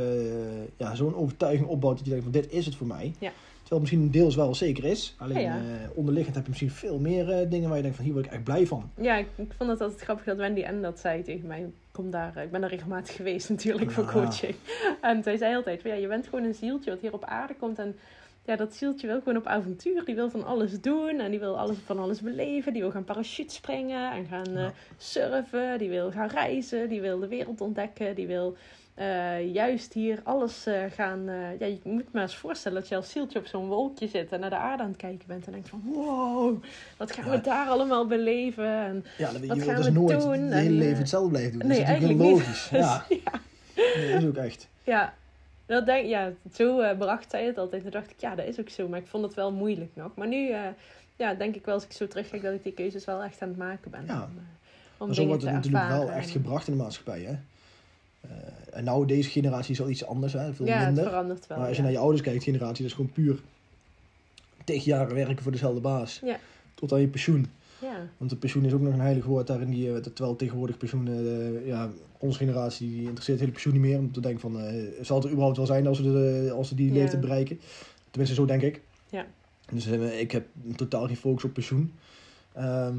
S1: ja, zo'n overtuiging opbouwt dat je denkt van dit is het voor mij.
S2: Ja.
S1: Terwijl het misschien deels wel zeker is. Alleen
S2: Ja,
S1: eh, onderliggend heb je misschien veel meer eh, dingen waar je denkt van hier word ik echt blij van.
S2: ja ik, ik vond het altijd grappig dat Wendy en dat zei tegen mij. Kom daar, eh, ik ben daar regelmatig geweest natuurlijk voor
S1: Ja.
S2: coaching. En zij zei altijd, van, ja, je bent gewoon een zieltje wat hier op aarde komt. En ja, dat zieltje wil gewoon op avontuur. Die wil van alles doen en die wil alles, van alles beleven. Die wil gaan parachute springen en gaan eh,
S1: Ja.
S2: surfen. Die wil gaan reizen. Die wil de wereld ontdekken. Die wil eh, juist hier alles eh, gaan... eh, ja, je moet maar eens voorstellen dat je als zieltje op zo'n wolkje zit... en naar de aarde aan het kijken bent en denkt van... Wow, wat gaan we
S1: Ja.
S2: daar allemaal beleven? En,
S1: Ja, dat, je
S2: Wat
S1: wilt
S2: gaan
S1: dus
S2: we
S1: nooit
S2: doen?
S1: het
S2: En,
S1: hele
S2: eh,
S1: leven hetzelfde blijven doen.
S2: nee,
S1: dat is natuurlijk heel
S2: eigenlijk
S1: logisch.
S2: dus,
S1: Ja, nee, dat is ook echt.
S2: Ja, dat denk, ja zo eh, bracht zij het altijd. Toen dacht ik, ja, dat is ook zo. Maar ik vond het wel moeilijk nog. Maar nu eh, ja, denk ik wel, als ik zo terugkijk, dat ik die keuzes wel echt aan het maken ben.
S1: Ja.
S2: Om, eh, om
S1: Maar zo
S2: dingen
S1: wordt
S2: te
S1: het natuurlijk
S2: ervaren.
S1: wel echt gebracht in de maatschappij. Hè? Eh, en nou, deze generatie is al iets anders, hè? veel
S2: Ja, het
S1: minder.
S2: verandert wel.
S1: maar als je
S2: ja.
S1: naar je ouders kijkt, generatie, dat is gewoon puur tegen jaren werken voor dezelfde baas.
S2: Ja.
S1: Tot aan je pensioen.
S2: Ja.
S1: Want het pensioen is ook nog een heilig woord daarin. Die, eh, terwijl tegenwoordig pensioen, eh, ja, onze generatie die interesseert het hele pensioen niet meer. Om te denken van, eh, zal het er überhaupt wel zijn als we, de, als we die
S2: Ja.
S1: leeftijd bereiken? Tenminste, zo denk ik.
S2: Ja.
S1: Dus eh, ik heb totaal geen focus op pensioen. Ehm,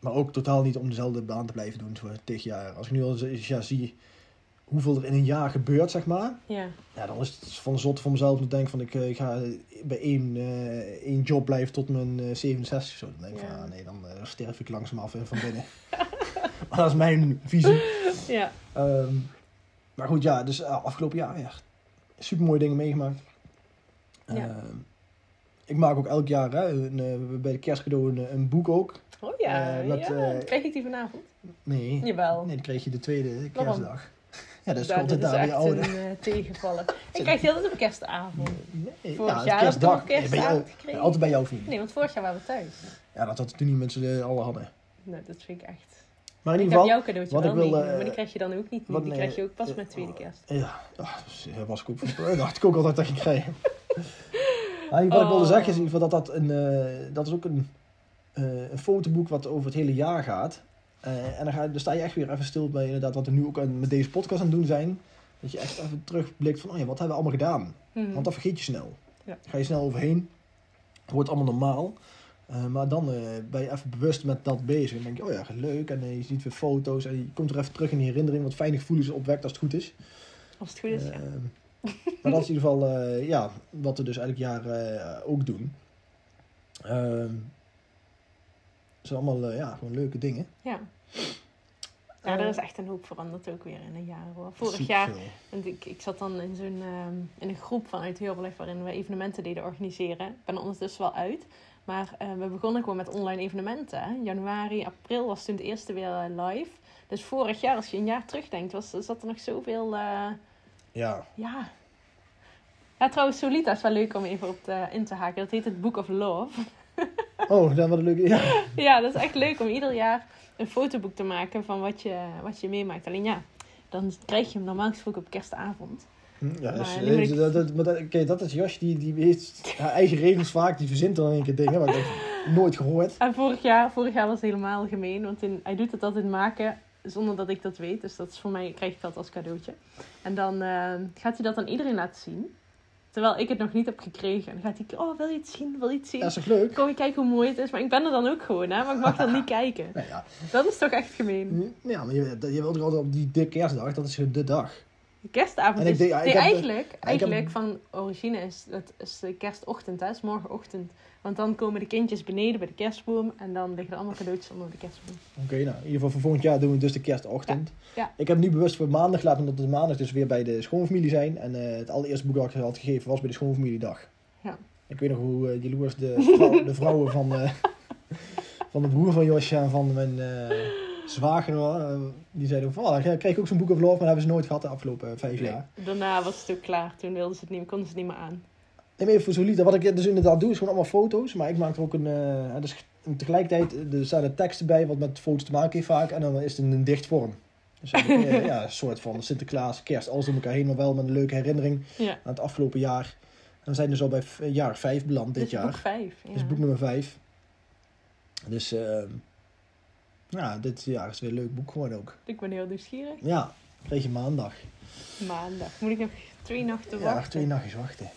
S1: maar ook totaal niet om dezelfde baan te blijven doen zoals tegen jaar. Als ik nu al z- ja, zie hoeveel er in een jaar gebeurt, zeg maar.
S2: Ja.
S1: Ja, dan is het van zot voor mezelf om te denken van ik, eh, ik ga bij één, eh, één job blijven tot mijn eh, 67 of zo. Dan denk ik
S2: Ja.
S1: van ah, nee, dan eh, sterf ik langzaam af en van binnen. maar dat is mijn visie.
S2: ja.
S1: Ehm, maar goed, ja, dus eh, afgelopen jaar ja, super mooie dingen meegemaakt.
S2: Ja.
S1: Ehm, ik maak ook elk jaar hè, een, eh, bij de kerstcadeau een, een boek ook.
S2: Oh ja,
S1: Eh, met,
S2: ja.
S1: eh,
S2: kreeg ik die vanavond?
S1: Nee, nee,
S2: Jawel.
S1: dan kreeg je de tweede
S2: Waarom?
S1: kerstdag. Ja, dat is
S2: Daar-
S1: altijd
S2: dit
S1: daar bij je
S2: echt
S1: ouder.
S2: een eh, tegenvaller. ik krijg die altijd op kerstavond.
S1: Nee,
S2: Vorig
S1: ja, het
S2: jaar heb ik hem
S1: kerstdag.
S2: op
S1: Nee, bij jou-
S2: kerstavond gekregen.
S1: altijd bij jou vrienden.
S2: Nee, want vorig jaar waren we thuis.
S1: Ja, dat hadden toen die mensen eh, alle hadden.
S2: Nou, dat vind ik echt...
S1: Maar in
S2: Ik
S1: ieder
S2: heb
S1: geval,
S2: jouw cadeautje
S1: wat
S2: wel
S1: ik wil,
S2: meegenomen,
S1: eh,
S2: maar die krijg je dan ook niet.
S1: wat,
S2: die
S1: eh,
S2: krijg je ook pas
S1: eh,
S2: met tweede kerst.
S1: ja, ah, dat was ik ook, dat dacht ik ook altijd dat ik kreeg. Maar wat ik wilde
S2: Oh.
S1: zeggen is in ieder geval dat dat een, eh, dat is ook een, eh, een fotoboek wat over het hele jaar gaat. Eh, en dan, ga, je- dan sta je echt weer even stil bij inderdaad wat we nu ook aan- met deze podcast aan het doen zijn. Dat je echt even terugblikt van, oh ja, wat hebben we allemaal gedaan?
S2: Mhm.
S1: Want dat vergeet je snel.
S2: Ja.
S1: Ga je snel overheen. Het wordt allemaal normaal. Eh, maar dan eh, ben je even bewust met dat bezig. En denk je, oh ja, leuk. En eh, je ziet weer foto's. En je komt er even terug in die herinnering. Wat fijne gevoelens opwekt als het goed is.
S2: Als het goed is, ja.
S1: Ehm, maar dat is in ieder geval eh, ja, wat we dus elk jaar eh, ook doen. Ehm, het zijn allemaal eh, ja, gewoon leuke dingen.
S2: Ja. Ja, er
S1: Eh,
S2: is echt een hoop veranderd ook weer in een jaar hoor. Vorig
S1: Super
S2: jaar,
S1: veel.
S2: want ik, ik zat dan in zo'n ehm, in een groep vanuit Heerbeleg waarin we evenementen deden organiseren. Ik ben er ondertussen wel uit. Maar eh, we begonnen gewoon met online evenementen. Hè. Januari, april was toen het eerste weer eh, live. Dus vorig jaar, als je een jaar terugdenkt, was, zat er nog zoveel... eh,
S1: Ja,
S2: ja. Ja, trouwens, Solita is wel leuk om even op te, in te haken. Dat heet het Book of Love.
S1: oh, dan wat een leuke. Ja.
S2: Ja, dat is echt leuk om ieder jaar een fotoboek te maken van wat je, wat je meemaakt. Alleen ja, dan krijg je hem normaal gesproken op kerstavond.
S1: Hm, ja dat, is,
S2: Maar nu moet ik-
S1: dat, dat, maar dat, oké, dat is Josh, die, die heeft haar eigen regels vaak, die verzint dan in één keer dingen, maar ik heb nooit gehoord.
S2: En vorig jaar, vorig jaar was het helemaal gemeen, want in, hij doet het altijd maken zonder dat ik dat weet. Dus dat is voor mij, krijg ik dat als cadeautje. En dan eh, gaat hij dat aan iedereen laten zien. Terwijl ik het nog niet heb gekregen. En dan gaat hij, oh, wil je het zien? Wil je het zien?
S1: Dat is toch leuk?
S2: Kom je kijken hoe mooi het is. Maar ik ben er dan ook gewoon, hè. Maar ik mag dan niet kijken.
S1: Nou ja,
S2: Dat is toch echt gemeen.
S1: Hm, ja maar je, je wilt toch altijd op die dikke kerstdag, dat is de dag.
S2: De kerstavond
S1: En ik
S2: is...
S1: denk- ja, ik
S2: nee,
S1: heb de-
S2: eigenlijk, eigenlijk van origine is het is de kerstochtend, hè. is morgenochtend. Want dan komen de kindjes beneden bij de kerstboom. En dan liggen er allemaal cadeautjes onder de kerstboom.
S1: Oké, nou, in ieder geval voor volgend jaar doen we dus de kerstochtend.
S2: Ja, ja.
S1: Ik heb nu bewust voor maandag laten, omdat we maandag dus weer bij de schoonfamilie zijn. En eh, het allereerste boek dat ik had gegeven was bij de schoonfamiliedag.
S2: Ja.
S1: Ik weet nog hoe eh, jaloers de, vrouw- de vrouwen van, eh, van de broer van Josje en van mijn eh, zwager, eh, die zeiden ook van, oh, dan kreeg ik ook zo'n boek of love, maar dat hebben ze nooit gehad de afgelopen eh, vijf
S2: Nee.
S1: jaar.
S2: Daarna was het ook klaar. Toen wilden ze het niet meer, konden ze het niet meer aan.
S1: En even voor Solita, wat ik dus inderdaad doe, is gewoon allemaal foto's. Maar ik maak er ook een. eh, dus tegelijkertijd eh, er staan er teksten bij, wat met foto's te maken heeft vaak. En dan is het in een dicht vorm. Dus heb ik, eh, ja, een soort van Sinterklaas, kerst, alles door elkaar heen, maar wel met een leuke herinnering
S2: Ja.
S1: aan het afgelopen jaar. En we zijn dus al bij v- jaar 5 beland dit
S2: is
S1: jaar.
S2: Dus boek vijf. Ja.
S1: Dit is boek nummer 5. Dus eh, ja, dit jaar is weer een leuk boek gewoon ook.
S2: Ik ben heel nieuwsgierig.
S1: Ja, kreeg je maandag.
S2: Maandag. Moet ik nog twee nachten
S1: ja,
S2: wachten?
S1: twee nachtjes wachten.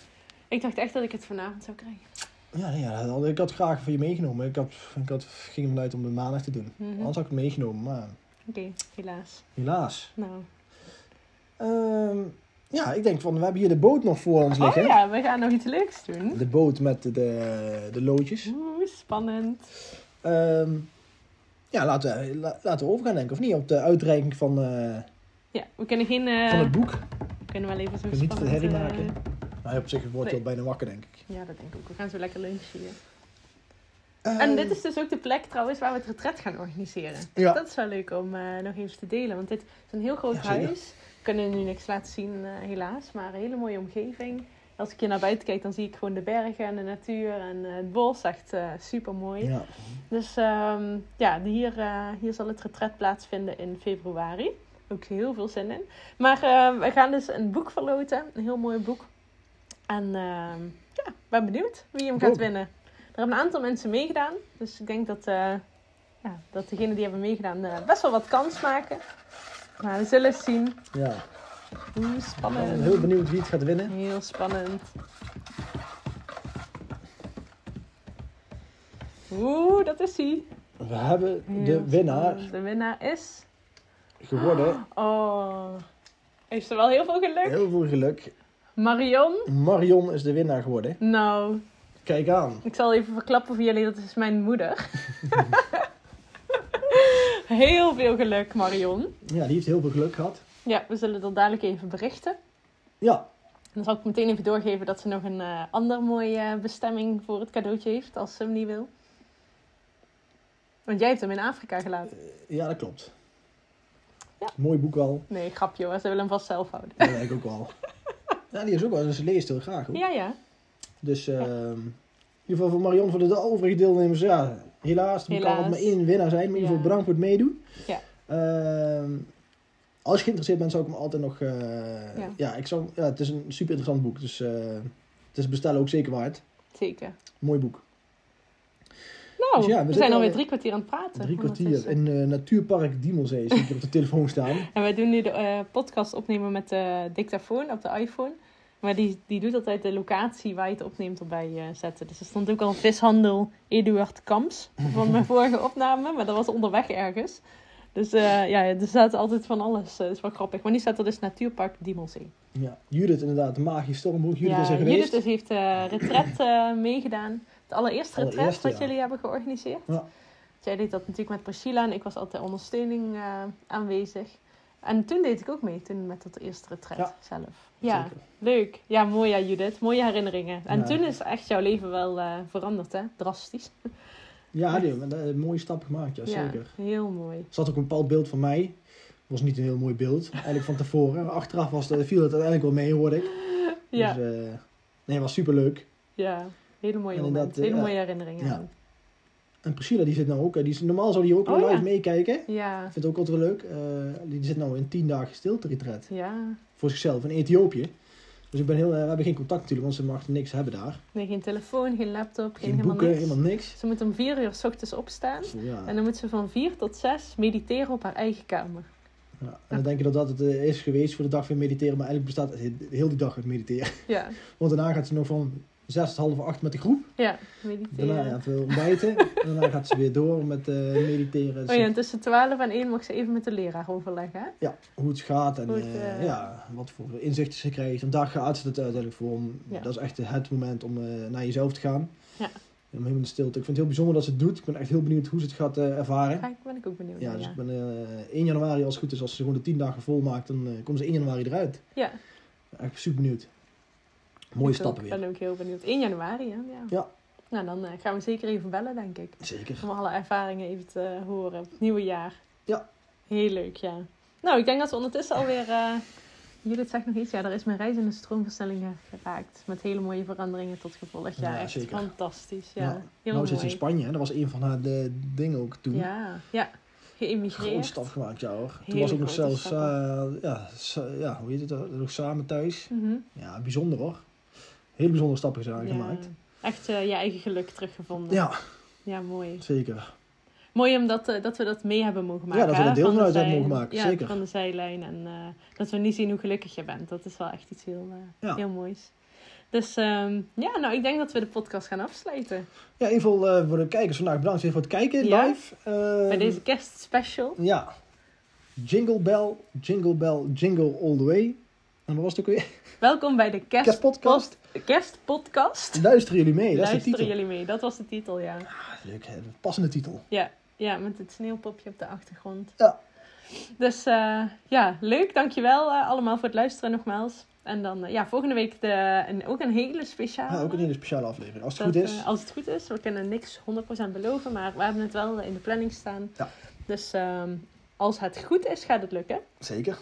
S2: Ik dacht echt dat ik het vanavond zou krijgen.
S1: Ja, nee, ja, dat had- ik had het graag voor je meegenomen. Ik, had, ik had, ging hem uit om het maandag te doen.
S2: Mhm.
S1: Anders had ik het meegenomen, maar
S2: Oké, helaas.
S1: helaas.
S2: Nou.
S1: Ehm, ja, ik denk van, we hebben hier de boot nog voor ons liggen.
S2: Oh ja, we gaan nog iets leuks doen.
S1: De boot met de, de, de loodjes.
S2: Oeh, spannend.
S1: Ehm, ja, laten we, la- laten we overgaan denken, of niet? Op de uitreiking van, eh,
S2: Ja, we kunnen geen... eh,
S1: van het boek.
S2: we kunnen wel even zo
S1: Dus niet te herrie
S2: spannend, eh,
S1: maken. Nou, op zich word je
S2: nee.
S1: al bijna wakker, denk ik.
S2: ja, dat denk ik ook. We gaan zo lekker lunchen hier. En dit is dus ook de plek trouwens waar we het retret gaan organiseren.
S1: Ehm, Ja.
S2: Dat is wel leuk om eh, nog even te delen. Want dit is een heel groot
S1: Ja, zeker.
S2: huis. We kunnen nu niks laten zien eh, helaas. Maar een hele mooie omgeving. Als ik hier naar buiten kijk dan zie ik gewoon de bergen en de natuur en eh, het bos. Echt super mooi.
S1: Ja.
S2: Dus ehm, ja, hier, eh, hier zal het retret plaatsvinden in februari. Ook heel veel zin in. Maar ehm, we gaan dus een boek verloten. Een heel mooi boek. En ehm, ja, ik ben benieuwd wie hem
S1: Ik
S2: gaat
S1: ook.
S2: winnen. Er hebben een aantal mensen meegedaan. Dus ik denk dat, eh, ja, dat degenen die hebben meegedaan eh, best wel wat kans maken. Maar we zullen zien.
S1: ja.
S2: Oeh,
S1: Ik ben
S2: spannend.
S1: heel benieuwd wie het gaat winnen.
S2: Heel spannend. Oeh, dat is hij.
S1: We hebben
S2: Heel
S1: de winnaar
S2: spannend. De winnaar is.
S1: geworden.
S2: Oh. Heeft ze wel heel veel geluk.
S1: Heel veel geluk.
S2: Marion?
S1: Marion is de winnaar geworden.
S2: Nou,
S1: Kijk aan.
S2: ik zal even verklappen voor jullie, dat is mijn moeder. heel veel geluk, Marion.
S1: Ja, die heeft heel veel geluk gehad.
S2: Ja, we zullen dat dadelijk even berichten.
S1: Ja,
S2: Dan zal ik meteen even doorgeven dat ze nog een eh ander mooie eh, bestemming voor het cadeautje heeft, als ze hem niet wil. Want jij hebt hem in Afrika gelaten.
S1: ja dat klopt.
S2: Ja.
S1: Mooi boek wel.
S2: Nee, grapje hoor, ze wil hem vast zelf houden.
S1: Dat denk ik ook wel. Ja, die is ook wel. Ze leest heel graag. Hoor.
S2: Ja, ja.
S1: Dus ehm, in ieder geval voor Marion, voor de overige deelnemers, ja, helaas. Er kan
S2: Helaas.
S1: altijd maar één winnaar zijn. Maar in ieder
S2: Ja.
S1: geval bedankt voor het meedoen.
S2: Ja.
S1: Ehm, als je geïnteresseerd bent, zou ik hem altijd nog... eh,
S2: Ja.
S1: ja. ik zou, ja, het is een super interessant boek. Dus eh, het is bestellen ook zeker waard.
S2: Zeker.
S1: Mooi boek.
S2: Nou,
S1: Dus ja, we
S2: we, zijn
S1: zitten
S2: alweer
S1: al-
S2: drie kwartier aan het praten.
S1: Drie kwartier.
S2: ondertussen.
S1: In eh, Natuurpark Diemelzee zie ik hier op de telefoon staan.
S2: En wij doen nu de eh, podcast opnemen met de dictafoon op de iPhone. Maar die, die doet altijd de locatie waar je het opneemt erbij eh, zetten. Dus er stond ook al vishandel Eduard Kamps van mijn vorige opname. Maar dat was onderweg ergens. Dus eh, ja, er staat altijd van alles. eh, dat is wel grappig. Maar nu staat er dus Natuurpark Diemelzee.
S1: Ja. Judith inderdaad, de magische stormbroek. Judith
S2: ja,
S1: is er geweest.
S2: Judith dus heeft eh retret eh, meegedaan. Het allereerste retret
S1: Allereerste,
S2: wat
S1: ja.
S2: jullie hebben georganiseerd.
S1: Ja.
S2: Zij deed dat natuurlijk met Priscilla en ik was altijd ondersteuning eh, aanwezig. Eh, En toen deed ik ook mee, toen met dat eerste retret
S1: Ja.
S2: zelf. Ja,
S1: Zeker.
S2: leuk. Ja, mooi ja, Judith. Mooie herinneringen. En
S1: Ja.
S2: toen is echt jouw leven wel eh, veranderd, hè? Drastisch.
S1: Ja, die, hebben een mooie stap gemaakt, ja, zeker.
S2: heel mooi.
S1: Er zat ook een bepaald beeld van mij. was niet een heel mooi beeld, eigenlijk van tevoren. Maar achteraf was het, viel het uiteindelijk wel mee, hoorde ik.
S2: Ja,
S1: Dus, eh, nee, was superleuk.
S2: ja. Hele mooie
S1: En
S2: moment.
S1: inderdaad, eh,
S2: Hele
S1: ja.
S2: mooie herinneringen.
S1: Ja.
S2: aan.
S1: En Priscilla, die zit nou ook, eh, die, is- normaal zou die ook
S2: Oh,
S1: live
S2: ja.
S1: meekijken.
S2: Ja.
S1: Ik vind het ook altijd wel leuk. Eh, die zit nou in tien dagen stilte-retret
S2: Ja.
S1: voor zichzelf in Ethiopië. Dus ik ben heel, eh, we hebben geen contact natuurlijk, want ze mag niks hebben daar.
S2: Nee, geen telefoon, geen laptop, geen,
S1: Geen
S2: helemaal
S1: boeken,
S2: niks.
S1: helemaal niks.
S2: Ze moet om vier uur s ochtends opstaan.
S1: Ja.
S2: En dan moet ze van vier tot zes mediteren op haar eigen kamer.
S1: Ja, en dan denk je dat dat het eh, is geweest voor de dag van mediteren, maar eigenlijk bestaat he- heel die dag uit mediteren.
S2: Ja,
S1: Want daarna gaat ze nog van zes tot half acht met de groep.
S2: ja,
S1: Daarna
S2: mediteren.
S1: gaat ze weer ontbijten. en daarna gaat ze weer door met eh, mediteren.
S2: Oh ja, en tussen 12 en 1 mag ze even met de leraar overleggen. Hè?
S1: Ja, hoe het gaat en
S2: Hoe het,
S1: eh,
S2: eh,
S1: ja, wat voor inzichten ze krijgt. En daar gaat ze het uiteindelijk voor. Om,
S2: Ja.
S1: Dat is echt het moment om eh, naar jezelf te gaan.
S2: Ja.
S1: En Om helemaal in de stilte. Ik vind het heel bijzonder dat ze het doet. Ik ben echt heel benieuwd hoe ze het gaat eh, ervaren.
S2: Daar ben ik ook benieuwd
S1: Ja,
S2: naar.
S1: dus
S2: Ja,
S1: ik ben eh 1 januari, als het goed is, als ze gewoon de 10 dagen vol maakt, dan eh, komen ze 1 januari eruit.
S2: ja.
S1: Echt super benieuwd. Mooie
S2: ik
S1: stappen
S2: ook.
S1: weer.
S2: ben ook heel benieuwd. 1 januari, hè? Ja.
S1: Ja.
S2: Nou, dan eh, gaan we zeker even bellen, denk ik.
S1: Zeker.
S2: Om alle ervaringen even te eh, horen. Het nieuwe jaar.
S1: Ja.
S2: Heel leuk, ja. Nou, ik denk dat we ondertussen alweer... eh Judith zegt nog iets. Ja, daar is mijn reis in de stroomversnelling eh, geraakt. Met hele mooie veranderingen tot gevolg. Ja,
S1: Ja,
S2: echt
S1: zeker.
S2: fantastisch. Ja,
S1: Ja.
S2: heel
S1: nou zit
S2: mooi.
S1: ze in Spanje, hè. dat was een van haar eh, dingen ook toen.
S2: Ja, ja.
S1: Grote
S2: Geëmigreerd.
S1: stap gemaakt, ja hoor. Toen
S2: Hele
S1: was ook nog
S2: grote
S1: zelfs,
S2: stappen.
S1: eh, ja, sa- ja, hoe heet het, eh, nog samen thuis.
S2: Mhm.
S1: Ja, bijzonder hoor. Hele bijzondere stappen zijn
S2: Ja.
S1: gemaakt.
S2: Echt eh, je eigen geluk teruggevonden.
S1: Ja,
S2: Ja, mooi.
S1: zeker.
S2: Mooi omdat, eh, dat we dat mee hebben mogen maken.
S1: Ja, dat we
S2: hè,
S1: er deel
S2: van de
S1: van uit hebben
S2: zij-
S1: mogen maken,
S2: ja,
S1: zeker.
S2: van de zijlijn. En eh, dat we niet zien hoe gelukkig je bent. Dat is wel echt iets heel, eh,
S1: Ja.
S2: heel moois. Dus ehm, ja, nou, ik denk dat we de podcast gaan afsluiten.
S1: Ja, even eh, voor de kijkers vandaag bedankt weer voor het kijken
S2: Ja.
S1: live. Eh,
S2: Bij deze kerstspecial.
S1: Ja. Jingle bell, jingle bell, jingle all the way. En wat was het ook weer?
S2: Welkom bij de kerst
S1: Kerstpodcast.
S2: kerstpodcast.
S1: Luisteren jullie mee, dat is de
S2: Luisteren
S1: titel.
S2: jullie mee. Dat was de titel, ja.
S1: Ah, leuk, hè? passende titel.
S2: Ja, met het sneeuwpopje op de achtergrond.
S1: Ja.
S2: Dus eh, ja, leuk. Dankjewel eh, allemaal voor het luisteren nogmaals. En dan eh, ja, volgende week de, een, ook een hele speciale.
S1: Ja, ook een hele speciale aflevering. Als het
S2: Dat,
S1: goed is.
S2: eh, als het goed is. We kunnen niks 100% beloven, maar we hebben het wel in de planning staan.
S1: Ja.
S2: Dus ehm, als het goed is, gaat het lukken.
S1: Zeker.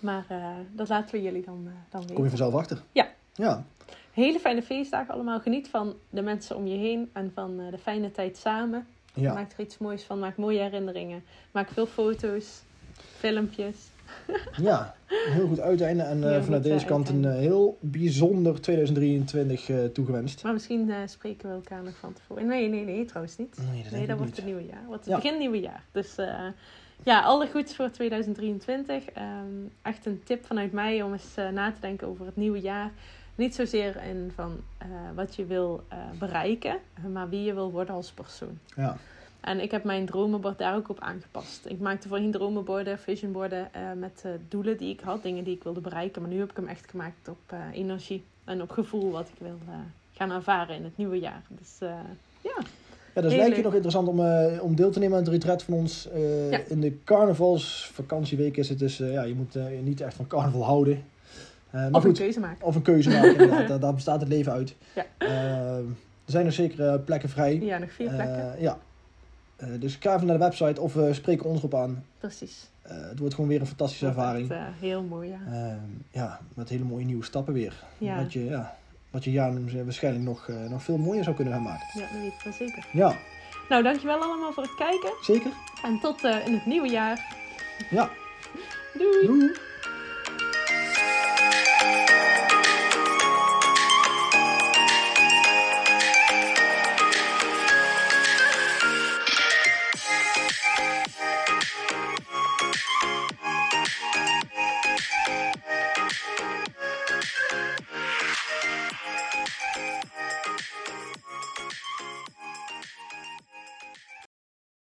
S2: Maar eh, dat laten we jullie dan, eh, dan
S1: Kom je
S2: weten.
S1: vanzelf achter.
S2: Ja.
S1: Ja,
S2: Hele fijne feestdagen allemaal. Geniet van de mensen om je heen en van eh, de fijne tijd samen.
S1: ja.
S2: Maak er iets moois van. Maak mooie herinneringen. Maak veel foto's, filmpjes.
S1: ja. Een heel goed uiteinde. En eh,
S2: Heel goed,
S1: vanuit deze
S2: eh,
S1: kant een eh, heel bijzonder 2023 eh, toegewenst.
S2: Maar misschien eh, spreken we elkaar nog van tevoren. Nee, nee, nee, trouwens niet.
S1: Nee, dat
S2: Nee,
S1: denk
S2: dat
S1: ik
S2: wordt
S1: niet.
S2: het nieuwe jaar. Wordt het
S1: Ja.
S2: begin nieuwe jaar. Dus eh, ja, alle goeds voor 2023. Ehm, echt een tip vanuit mij om eens eh, na te denken over het nieuwe jaar. Niet zozeer in van eh, wat je wil eh, bereiken, maar wie je wil worden als persoon.
S1: Ja,
S2: En ik heb mijn dromenbord daar ook op aangepast. Ik maakte voorheen dromenborden, visionborden eh, met eh, doelen die ik had, dingen die ik wilde bereiken. Maar nu heb ik hem echt gemaakt op eh, energie en op gevoel wat ik wil eh, gaan ervaren in het nieuwe jaar. Dus eh,
S1: ja dus
S2: Heel
S1: lijkt je
S2: leuk.
S1: nog interessant om, eh, om deel te nemen aan het retret van ons. eh,
S2: Ja.
S1: In de carnavalsvakantieweek is het dus... eh, ja, je moet eh, niet echt van carnaval houden. Eh, maar
S2: of een
S1: goed,
S2: keuze maken.
S1: Of een keuze maken, inderdaad. Daar, daar bestaat het leven uit.
S2: Ja.
S1: Eh, er zijn er zeker eh, plekken vrij.
S2: Ja, nog vier plekken.
S1: Eh, ja. Eh, dus ga even naar de website of eh, spreek ons op aan.
S2: Precies.
S1: Eh, het wordt gewoon weer een fantastische
S2: Dat is
S1: ervaring.
S2: echt, eh, heel mooi, ja.
S1: Eh, ja, met hele mooie nieuwe stappen weer.
S2: Ja,
S1: Wat je, ja, wat je jaar waarschijnlijk nog, eh, nog veel mooier zou kunnen gaan maken.
S2: ja dat weet ik wel zeker.
S1: Ja,
S2: Nou, dankjewel allemaal voor het kijken.
S1: zeker.
S2: En tot eh, in het nieuwe jaar.
S1: Ja,
S2: Doei!
S1: doei.